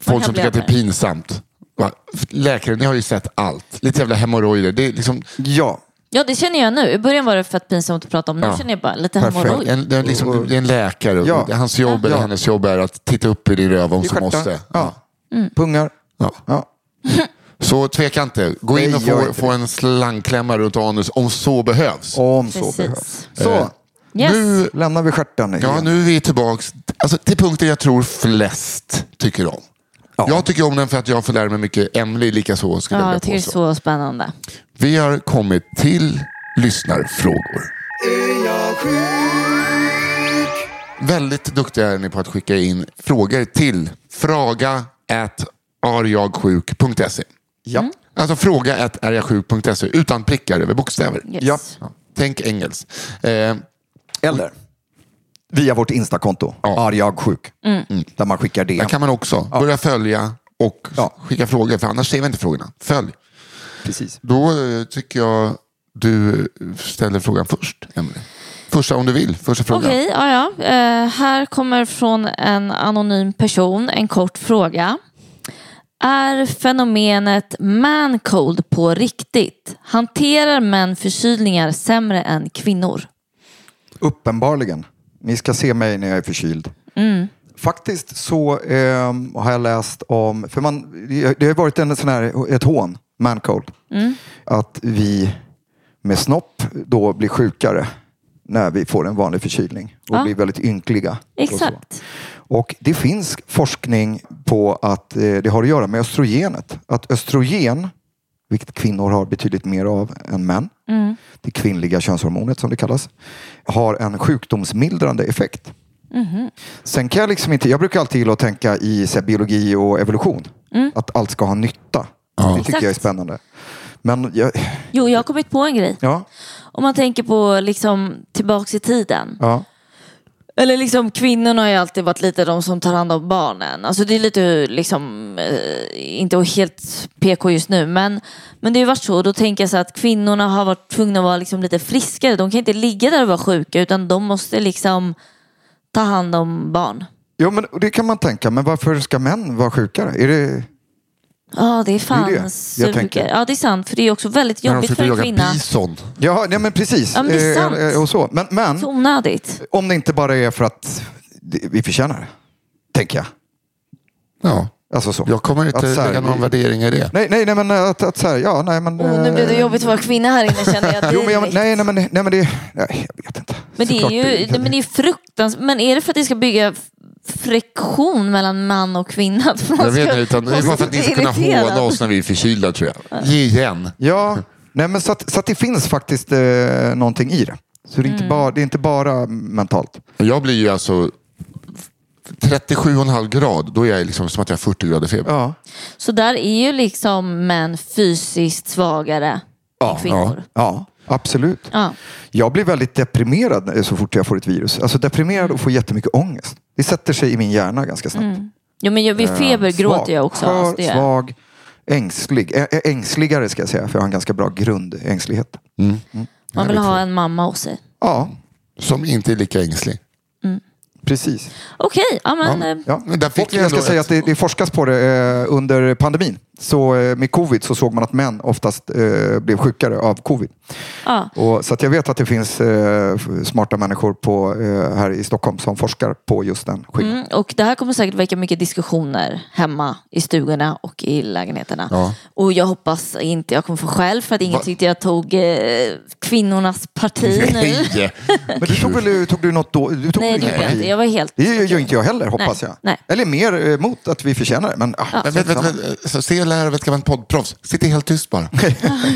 folk som bli tycker att det är av med. pinsamt. Va? Läkare, ni har ju sett allt. Lite jävla hemorrojder. Det är liksom, Ja, Ja, det känner jag nu. I början var det fett pinsamt att prata om. Nu Ja. känner jag bara lite perfekt. hemorrojd. En, det, är liksom, det är en läkare. Ja. Hans jobb eller Ja. hennes jobb är att titta upp i din röv om i så stjärtar. måste. Ja. Pungar. Ja. Ja. Så tveka inte. Gå in Nej, och gör få, inte få en slangklämma runt anus om så behövs. Om så Precis. behövs. Så, Yes. Nu, lämnar vi stjärten. Eh. ja, igen. nu är vi tillbaka alltså, till punkten jag tror flest tycker om. Jag tycker om den för att jag får lära mig mycket. Emily likaså skulle ja, jag jag tycker vilja det är påstå. så spännande. Vi har kommit till lyssnarfrågor. Väldigt duktiga är ni på att skicka in frågor till fraga at arjagsjuk.se. Ja. Alltså fråga at arjagsjuk.se utan prickar över bokstäver. Yes. Ja. Ja. Tänk engelskt. Eh, Eller via vårt Instakonto, Ja. ja. arjagsjuk. Där man skickar det. där kan man också börja följa och Ja. skicka frågor, för annars ser vi inte frågorna. Följ. Precis. Då eh, tycker jag du eh, ställer frågan först, Emelie. Första om du vill, första frågan. Okej, ja, ja. Eh, här kommer från en anonym person en kort fråga. Är fenomenet man cold på riktigt? Hanterar män förkylningar sämre än kvinnor? Uppenbarligen. Ni ska se mig när jag är förkyld. Mm. Faktiskt så eh, har jag läst om, för man, det har varit en sån här, ett hån, mancold. Mm. Att vi med snopp då blir sjukare när vi får en vanlig förkylning och Ja. blir väldigt ynkliga. Och, Exakt. så. och det finns forskning på att eh, det har att göra med östrogenet. Att östrogen, vilket kvinnor har betydligt mer av än män, det kvinnliga könshormonet som det kallas, har en sjukdomsmildrande effekt. Sen kan jag liksom inte, jag brukar alltid gilla att tänka i så här, biologi och evolution. Att allt ska ha nytta. Det tycker jag är Exakt. spännande. Men jag, Jo, jag har kommit på en grej. ja, Om man tänker på liksom, tillbaks i tiden. ja, Eller liksom kvinnorna har ju alltid varit lite de som tar hand om barnen. Alltså det är lite liksom, eh, inte helt PK just nu, men, men det har ju varit så. Då tänker jag så att kvinnorna har varit tvungna att vara liksom lite friskare. De kan inte ligga där och vara sjuka, utan de måste liksom ta hand om barn. ja men det kan man tänka. Men varför ska män vara sjukare? Är det, Ja, det är fan Det är det jag suger. tänker. Ja, det är sant. För det är också väldigt När de jobbigt sitter för och en jagar kvinna. bison. ja, nej, men precis. Ja, men det är Eh, sant. eh, och så. Men, men Så onödigt. om det inte bara är för att det- vi förtjänar det, tänker jag. Ja. Alltså så. Jag kommer inte Att så här, lägga någon vi- värdering i det. Nej, nej, nej, men eh, att, att så här, ja, nej, men... Oh, nu eh, blev det jobbigt att vara kvinna här inne känner jag direkt. Jo, men, jag, nej, nej, men, nej, men det... Nej, jag vet inte. Men det är Såklart ju nej, men det är fruktansvärt. Men är det för att det ska bygga f- friktion mellan man och kvinna? <laughs> Att man Jag vet ska- inte, utan det är man bara för att ni ska bli kunna irriterad? håna oss när vi är förkylda tror jag. Ge igen. Ja, nej, men så, att, så att det finns faktiskt eh, någonting i det. Så det är, Mm. inte bara, det är inte bara mentalt. Jag blir ju alltså 37,5 grad, då är jag liksom som att jag har 40 grader feber. Ja, Så där är ju liksom män fysiskt svagare än kvinnor. ja absolut. Ja. Jag blir väldigt deprimerad eh, så fort jag får ett virus. Alltså deprimerad och får jättemycket ångest. Det sätter sig i min hjärna ganska snabbt. Mm. Jo, men jag, Eh, vid feber gråter jag också. Skör, alltså, det gör jag. svag, ängslig. Ä- ä- ängsligare ska jag säga, för jag har en ganska bra grund ängslighet. man vill ha en mamma hos sig. Ja, Som inte är lika ängslig. precis. Okej, ja, men, eh, Ja. Men där fick och vi jag ändå ska säga ett- att det, det forskas på det eh, under pandemin. Så eh, med covid så såg man att män oftast eh, blev sjukare av covid. Ja. Och, så att jag vet att det finns eh, f- smarta människor på, eh, här i Stockholm som forskar på just den skillnaden. Mm, och det här kommer säkert väcka mycket diskussioner hemma i stugorna och i lägenheterna. Ja. Och jag hoppas inte jag kommer få skäll för att ingen Va? tyckte jag tog eh, kvinnornas parti nu. Nej. <laughs> Men du tog väl tog du något då? Du tog Nej, väl det inget gjorde jag parti? inte. Jag var helt... Det gör ju inte jag heller, hoppas Nej, jag. nej. Eller mer emot att vi förtjänar det. Men, ah, Men, vet, vet, vet, så se och lära av ett gammalt poddproffs. Sitter helt tyst <laughs> bara.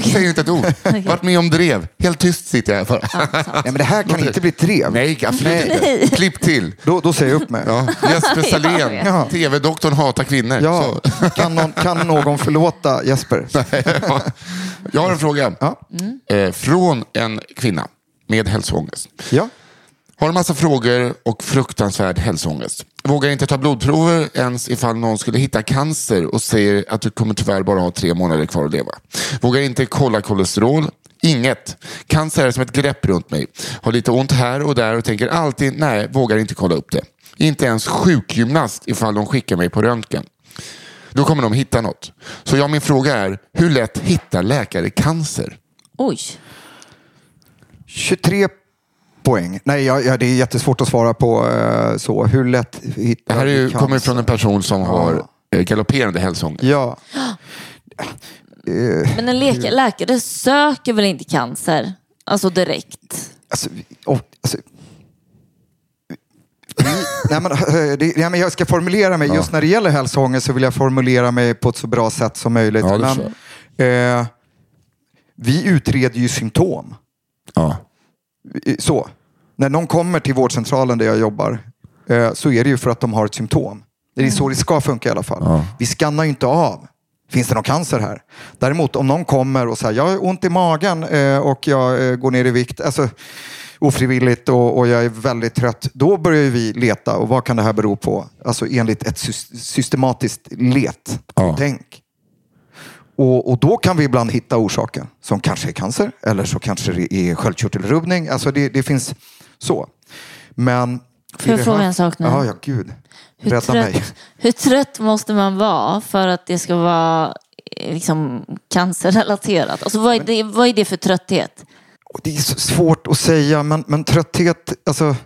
Säger inte ett ord. Vart med om drev. Helt tyst sitter jag här bara. Nej, men det här kan inte bli ett <laughs> drev. Nej, absolut Nej. inte. Klipp till. Då, då säger jag upp mig. Ja. Jesper Salén, <laughs> Ja. tv-doktorn hatar kvinnor. Ja, Så. <laughs> kan, någon, kan någon förlåta Jesper? Ja. Jag har en fråga. Ja. Mm. Eh, från en kvinna med hälsoångest. Ja. Har en massa frågor och fruktansvärd hälsoångest. Vågar inte ta blodprover ens ifall någon skulle hitta cancer och säger att du kommer tyvärr bara ha tre månader kvar att leva. Vågar inte kolla kolesterol. Inget. Cancer är som ett grepp runt mig. Har lite ont här och där och tänker alltid nej, vågar inte kolla upp det. Inte ens sjukgymnast ifall de skickar mig på röntgen. Då kommer de hitta något. Så ja, min fråga är, hur lätt hittar läkare cancer? Oj. 23 poäng. Nej, ja, ja, det är jättesvårt att svara på eh, så. Hur lätt Det hittar här är vi ju, cancer? kommer från en person som har eh, galopperande hälsoångest. Ja. Eh, Men en leka, läkare söker väl inte cancer? Alltså direkt. alltså, vi- och, alltså, vi- Nej, men, eh, det, nej, men jag ska formulera mig. Just när det gäller hälsoångest så vill jag formulera mig på ett så bra sätt som möjligt. Ja, det men, eh, vi utreder ju symptom. Ja. Eh, Så. När någon kommer till vårdcentralen där jag jobbar eh, så är det ju för att de har ett symptom. Det är så det ska funka i alla fall. Vi skannar ju inte av. Finns det någon cancer här? Däremot om någon kommer och säger jag har ont i magen eh, och jag eh, går ner i vikt alltså, ofrivilligt och, och jag är väldigt trött. Då börjar ju vi leta och vad kan det här bero på? Alltså enligt ett sys- systematiskt let. Ja. Tänk. Och, och då kan vi ibland hitta orsaken som kanske är cancer eller så kanske det är sköldkörtelrubbning. Alltså det, det finns så. Men... Får jag i det fråga här- en sak nu? Ja, ja gud. Hur Rädda trött, mig. <laughs> hur trött måste man vara för att det ska vara eh, liksom, cancerrelaterat? Alltså, vad, är det, vad är det för trötthet? Och Det är så svårt att säga, men, men trötthet... Alltså,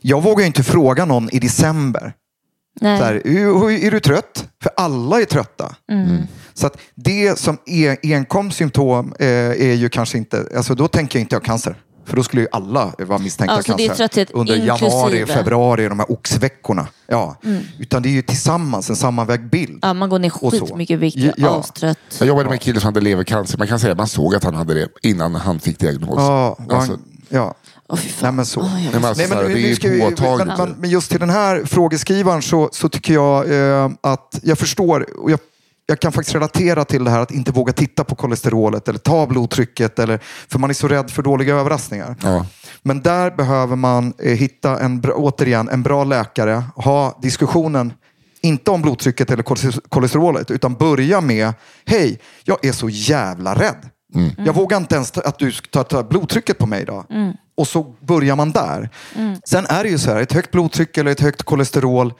jag vågar ju inte fråga någon i december. Nej. Så här, "Hur- hur- är du trött? För alla är trötta. Mm. Så att det som är enkom symptom eh, är ju kanske inte... Alltså då tänker jag inte jag cancer. För då skulle ju alla vara misstänkta Alltså, det är cancer. trötthet Under januari, inklusive. Mm. februari, de här oxveckorna. Ja. Utan det är ju tillsammans en sammanvägd bild. Ja, man går ner Och så. skitmycket i vikt, Ja. ja. astrött. Jag jobbade med en kille som hade levercancer. Man kan säga att man såg att han hade det innan han fick diagnos. Ja, och han- Alltså, ja. Åh, fy fan. Nej, men så. Åh, jag men måste- alltså, Nej, men, så här, nu- det nu är ska vi- ju påtagligt. men, men, men just till den här frågeskrivaren så, så tycker jag eh, att jag förstår och jag, jag kan faktiskt relatera till det här att inte våga titta på kolesterolet eller ta blodtrycket eller, för man är så rädd för dåliga överraskningar. Ja. Men där behöver man eh, hitta en, bra- återigen en bra läkare, ha diskussionen inte om blodtrycket eller koleste- kolesterolet, utan börja med, hej, jag är så jävla rädd. Jag vågar inte ens ta, att du ska ta, ta blodtrycket på mig idag. Och så börjar man där. Sen är det ju så här, ett högt blodtryck eller ett högt kolesterol,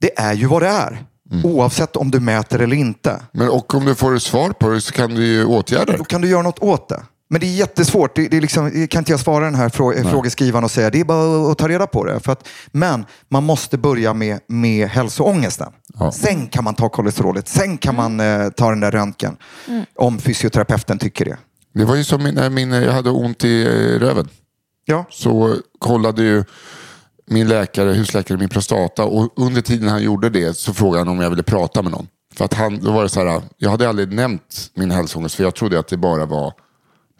det är ju vad det är. Oavsett om du mäter eller inte. men, och om du får svar på det så kan du ju åtgärda det. Då kan du göra något åt det. Men det är jättesvårt. Det, det är liksom, det kan inte jag svara den här frå frågeskrivaren och säga det är bara att ta reda på det. För att, men man måste börja med, med hälsoångesten. Sen kan man ta kolesterolet. Sen kan man eh, ta den där röntgen. Om fysioterapeuten tycker det. Det var ju som när min, jag hade ont i eh, röven. Ja, Så kollade ju min läkare, husläkare min prostata och under tiden han gjorde det så frågade han om jag ville prata med någon. För att han, då var det så här, jag hade aldrig nämnt min hälsoångest för jag trodde att det bara var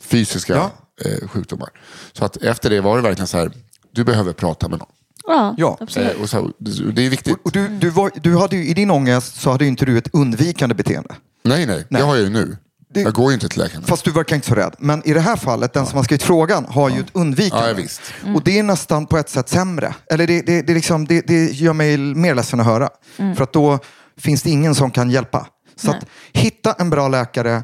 fysiska Ja. eh, sjukdomar. Så att efter det var det verkligen så här, du behöver prata med någon. Ja, ja. Eh, och så här, det- det är viktigt. Och du, du, var, du hade ju, I din ångest så hade ju inte du ett undvikande beteende. Nej, nej, det har jag ju nu. Jag går ju inte till läkaren. Fast du verkar inte så rädd. Men i det här fallet, den som har skrivit frågan har ju ett undvikande. Ja, ja, visst. Och det är nästan på ett sätt sämre. Eller det, det, det, liksom, det, det gör mig mer ledsen att höra. För att då finns det ingen som kan hjälpa. Så att hitta en bra läkare.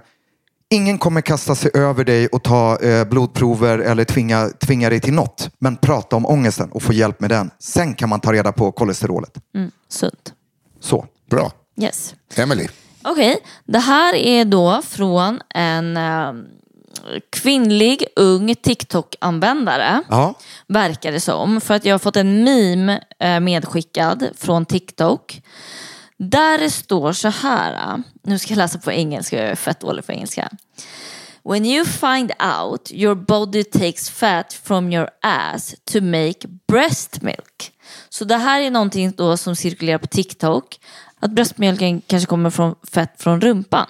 Ingen kommer kasta sig över dig och ta eh, blodprover eller tvinga, tvinga dig till något. Men prata om ångesten och få hjälp med den. Sen kan man ta reda på kolesterolet. sunt. Så. Bra. Yes. Emily. Okej, det här är då från en eh, kvinnlig ung TikTok-användare. Ja. verkar det som. För att jag har fått en meme eh, medskickad från TikTok. Där det står så här. ah. Nu ska jag läsa på engelska, jag är fett dålig på engelska. When you find out your body takes fat from your ass to make breast milk. Så det här är någonting då som cirkulerar på TikTok. Att bröstmjölken kanske kommer från fett från rumpan.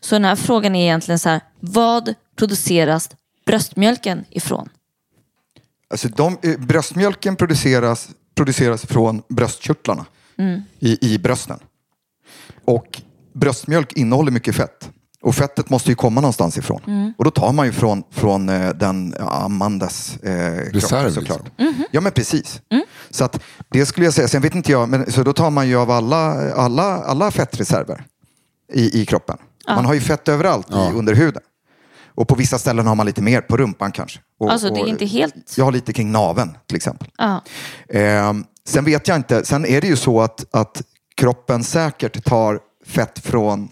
Så den här frågan är egentligen så här, vad produceras bröstmjölken ifrån? Alltså de, eh, bröstmjölken produceras, produceras från bröstkörtlarna i, i brösten. Och bröstmjölk innehåller mycket fett. Och fettet måste ju komma någonstans ifrån. Mm. Och då tar man ju från, från eh, den ja, ammandes eh, Reserv, kropp liksom. såklart. Mm-hmm. Ja men precis. Mm. Så att, det skulle jag säga. Sen vet inte jag, men, så då tar man ju av alla, alla, alla fettreserver i, i kroppen. Man har ju fett överallt i, under huden. Och på vissa ställen har man lite mer, på rumpan kanske. Och, Alltså, det är och- inte helt- Jag har lite kring naven till exempel. Ja. Ehm, sen vet jag inte. Sen är det ju så att, att kroppen säkert tar fett från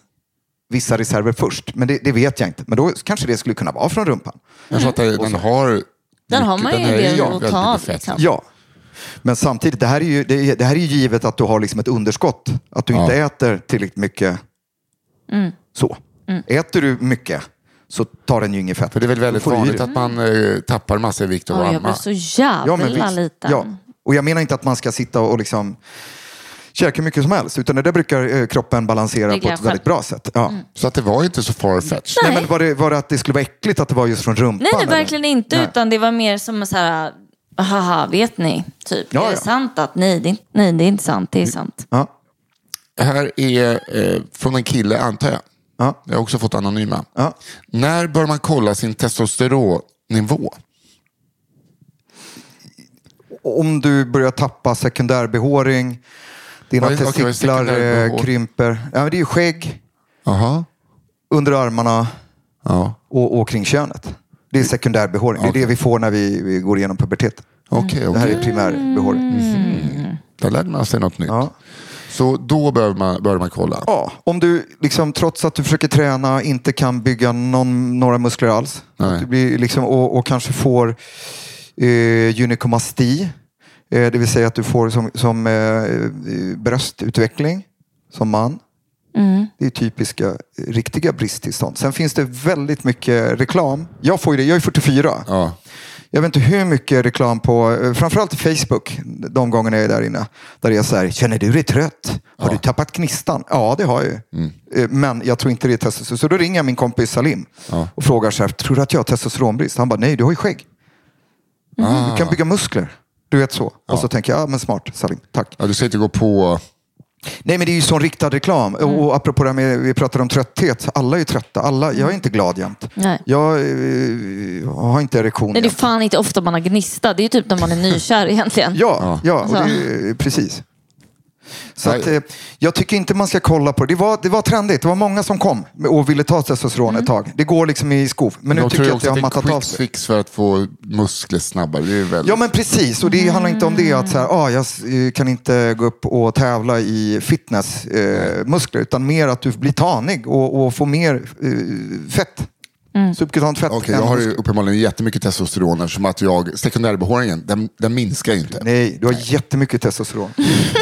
vissa reserver först. Men det, det vet jag inte. Men då kanske det skulle kunna vara från rumpan. Jag fattar, den har... Den har man ju en del väldigt att ta av, mycket fett. liksom. Ja. Men samtidigt, det här är ju, det, är- det här är ju givet att du har liksom ett underskott. Att du inte äter tillräckligt mycket. Så. Äter du mycket så tar den ju inget fett. För det är väl väldigt Då får du ju vanligt det. att man eh, tappar massor i vikt och Oj, jag amma. blev så jävla visst. liten. Ja. Och jag menar inte att man ska sitta och liksom käka hur mycket som helst, utan det där brukar eh, kroppen balansera på Reglera ett väldigt bra sätt. Ja. Mm. Så att det var ju inte så far fetched. Nej, men var det, var det att det skulle vara äckligt att det var just från rumpan? Nej, nej eller? verkligen inte. Nej. Utan det var mer som en så här, haha, vet ni? Typ, Ja, är det ja. sant att, nej det, är inte- nej, det är inte sant, det är sant. Ja. Här är eh, från en kille, antar jag. Ja. Jag har också fått anonyma. Ja. När bör man kolla sin testosteronnivå? Om du börjar tappa sekundärbehåring, dina Vad är- okej, vad är testiklar sekundärbehåring? eh, krymper. Ja, men det är ju skägg, Jaha. under armarna Ja. och, och kring könet. Det är sekundärbehåring. Det är det vi får när vi, vi går igenom puberteten. Okej, Mm. Det här okej. är primärbehåring. Mm. Där lärde man sig något nytt. Ja. Så då bör man, bör man kolla. Ja, om du liksom, trots att du försöker träna inte kan bygga någon, några muskler alls. Nej. Att du blir, liksom, och, och kanske får eh, gynekomasti. Eh, det vill säga att du får som, som eh, eh, bröstutveckling som man. Det är typiska eh, riktiga bristtillstånd. Sen finns det väldigt mycket reklam. Jag får ju det, jag är 44. Ja. Jag vet inte hur mycket reklam på, eh, framförallt Facebook, de gångerna jag är där inne. Där det är så här, känner du dig trött? Har du tappat gnistan? Ja, det har jag ju. Mm. Eh, Men jag tror inte det är testosteron. Så då ringer jag min kompis Salim och frågar så här, tror du att jag har testosteronbrist? Han bara, nej, du har ju skägg. Mm. Du Ah. kan bygga muskler. Du vet så. Och så tänker jag, ja men smart Salim, tack. Ja, du ska inte gå på... Nej men det är ju sån riktad reklam. Och apropå det här med, vi pratade om trötthet. Alla är ju trötta. Alla, jag är inte glad jämt. Mm. Nej. Jag eh, har inte erektion Nej, det är jämt. fan inte ofta man har gnista. Det är ju typ när man är <laughs> nykär egentligen. Ja, ja och Alltså. det, precis. Så Nej. att, eh, jag tycker inte man ska kolla på det. Var, det var trendigt. Det var många som kom och ville ta testosteron ett tag. Det går liksom i skov. Men nu Jag tycker tror jag att också jag har att det är mattat av quick sig. fix för att få muskler snabbare. Det är väldigt... Ja men precis, och det handlar inte om det att så här, ah, jag s- eh, kan inte gå upp och tävla i fitnessmuskler. Eh, muskler, utan mer att du blir tanig och, och får mer eh, fett. Subkutant fett. Okej, än jag har ju muskler. uppenbarligen jättemycket testosteron eftersom att jag, sekundärbehåringen, den, den minskar ju inte. Nej, du har jättemycket testosteron.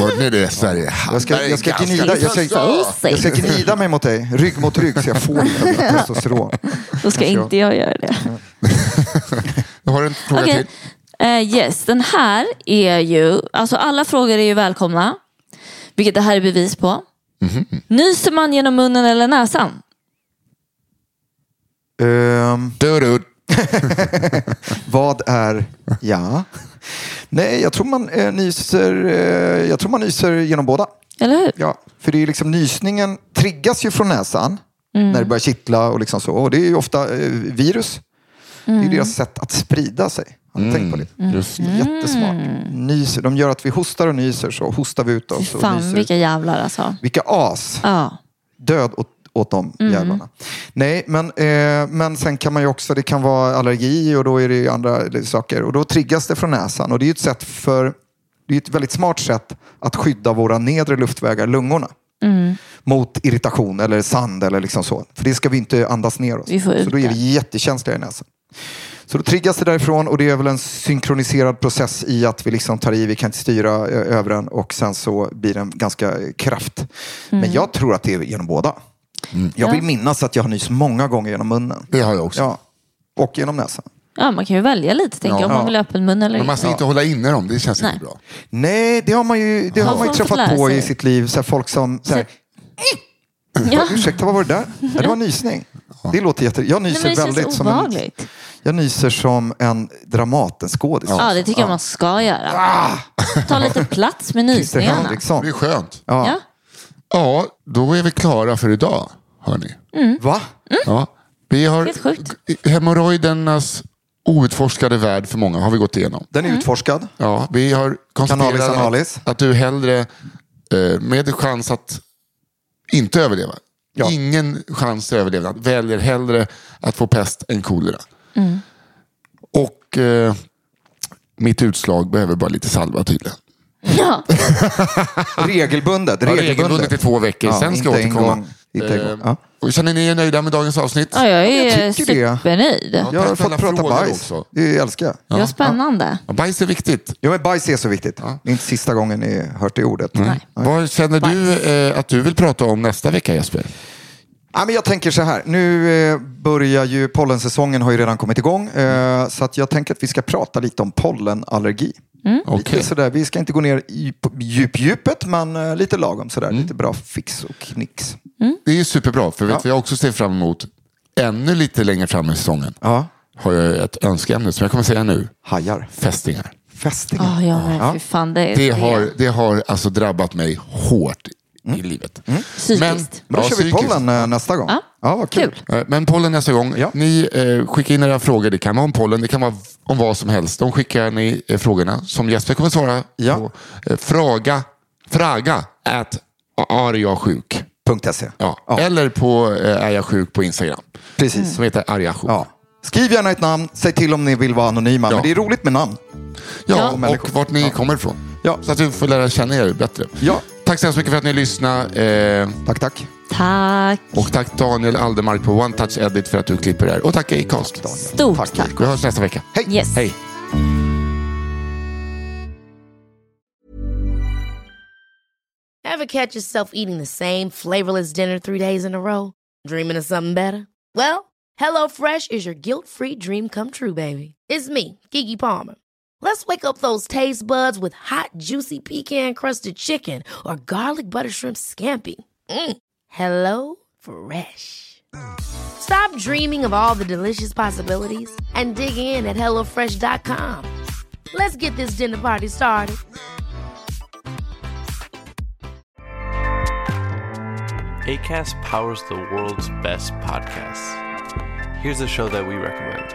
Hörde ni det Sverige? Jag ska, jag ska, gnida, jag ska, Alltså! Ganska- jag <laughs> ska gnida mig mot dig, rygg mot rygg, så jag får lite av ditt testosteron. Då ska Kanske inte jag göra det. Jag har en fråga Okej. till. Eh, yes, den här är ju, alltså alla frågor är ju välkomna. Vilket det här är bevis på. Mhm. Nyser man genom munnen eller näsan? Ehm, Du, du. vad är... Ja. Nej, jag tror man eh, nyser eh, Jag tror man nyser genom båda. Eller hur? Ja, för det är liksom nysningen triggas ju från näsan Mm. när det börjar kittla och liksom så. Och det är ju ofta eh, virus. Det Mm. är ju deras sätt att sprida sig. Har ni tänkt på Mm, det? Just Jättesmart. Nyser. De gör att vi hostar och nyser så hostar vi ut oss. Och Mm. Fan nyser. vilka jävlar alltså. vilka as. Ja. död åt, åt de Mm. jävlarna. Nej, men, eh, men sen kan man ju också, det kan vara allergi och då är det ju andra saker. Och då triggas det från näsan. Och det är ju ett sätt för, det är ett väldigt smart sätt att skydda våra nedre luftvägar, lungorna. Mm. Mot irritation eller sand eller liksom så. För det ska vi inte andas ner oss. Vi får ut så då är det. vi jättekänsliga i näsan. Så då triggas det därifrån och det är väl en synkroniserad process i att vi liksom tar i, vi kan inte styra eh, över den och sen så blir den ganska eh, kraft. Mm. Men jag tror att det är genom båda. Jag vill minnas att jag har nyst många gånger genom munnen. Det har jag också. Ja. Och genom näsan. Ja, man kan ju välja lite, tänker Ja. jag, om man Ja. vill ha öppen mun eller Men man ska inte hålla inne dem, det känns Nej. inte bra. Nej, det har man ju, det har Ja. man ju Folk träffat lär på sig. i sitt liv. Så här, folk som... Så här, Ja. Ursäkta, vad var det där? Ja, det var en nysning. Det låter jätte... Jag Nej, nyser men det väldigt känns som en, obehagligt. Jag nyser som en Dramatenskådis. Ja, det tycker jag man ska göra. Ta lite plats med Christer nysningarna. Henriksson. Det är skönt. Ja. Ja, då är vi klara för idag, hörni. Va? Ja. Vi har Mm. Helt sjukt. hemorrojdernas outforskade värld för många har vi gått igenom. Den Mm. är utforskad. Ja, vi har konstaterat Cannabis att- analis. att du hellre, eh, med chans att inte överleva, Ja. ingen chans till överlevnad, väljer hellre att få pest än kolera. Och eh, mitt utslag behöver bara lite salva tydligen. Ja. Regelbundet. Ah. Ja, regelbundet i två veckor, sen ska jag inte en återkomma. gång, inte en gång. Eh, Ja. och känner ni er nöjda med dagens avsnitt? ja, jag är Jag tycker det. supernöjd. Ja. Jag har Tack för alla fått prata frågor bajs. också. Det älskar jag. Det var spännande. Ja, Bajs är viktigt. Ja, men bajs är så viktigt. Det är inte sista gången ni hört det ordet. Vad känner du eh, att du vill prata om nästa vecka Jesper? Ja, men jag tänker så här, nu eh, börjar ju pollensäsongen har ju redan kommit igång. Eh, så att jag tänker att vi ska prata lite om pollenallergi. Mm. Okej. Lite sådär, vi ska inte gå ner i på djupdjupet, men eh, lite lagom sådär. Mm. Lite bra fix och knix. Det är ju superbra, för vet du vad jag också ser fram emot ännu lite längre fram i säsongen? Ja, Har jag ett önskeämne som jag kommer säga nu. hajar. Fästingar. Fästingar. Ah. Ja, ja, men fy fan. Det är Det har, det har alltså drabbat mig hårt i livet. Psykiskt. Men Mm. då ja, kör vi psykiskt. pollen eh, nästa gång. Ja. vad kul. Kul. Eh, Men pollen nästa gång. Ja. Ni eh, skickar in era frågor. Det kan vara om pollen, det kan vara v- om vad som helst. De skickar ni eh, frågorna som Jesper kommer svara Ja. på. Eh, fraga, fraga at är jag sjuk? Punkt E. .se. Ja. Eller på eh, är jag sjuk på Instagram. Precis. Som heter arga sjuk. Ja. Skriv gärna ett namn, säg till om ni vill vara anonyma. Ja. Men det är roligt med namn. Ja, Ja. och vart ni kommer ifrån. Ja. Så att vi får lära känna er bättre. Ja. Tack så hemskt mycket för att ni lyssnade. Eh, Tack, tack. Tack. och tack Daniel Aldermark på One Touch Edit för att du klipper det här. Och tack Acast. Stort tack. Vi hörs nästa vecka. Yes. Hej. Ever catch yourself eating the same flavorless dinner three days in a row? Dreaming of something better? Well, HelloFresh is your guilt free dream come true, baby. It's me, Gigi Palmer. Let's wake up those taste buds with hot, juicy pecan crusted chicken or garlic butter shrimp scampi. Mm. Hello Fresh. Stop dreaming of all the delicious possibilities and dig in at HelloFresh.com. Let's get this dinner party started. ACAST powers the world's best podcasts. Here's a show that we recommend.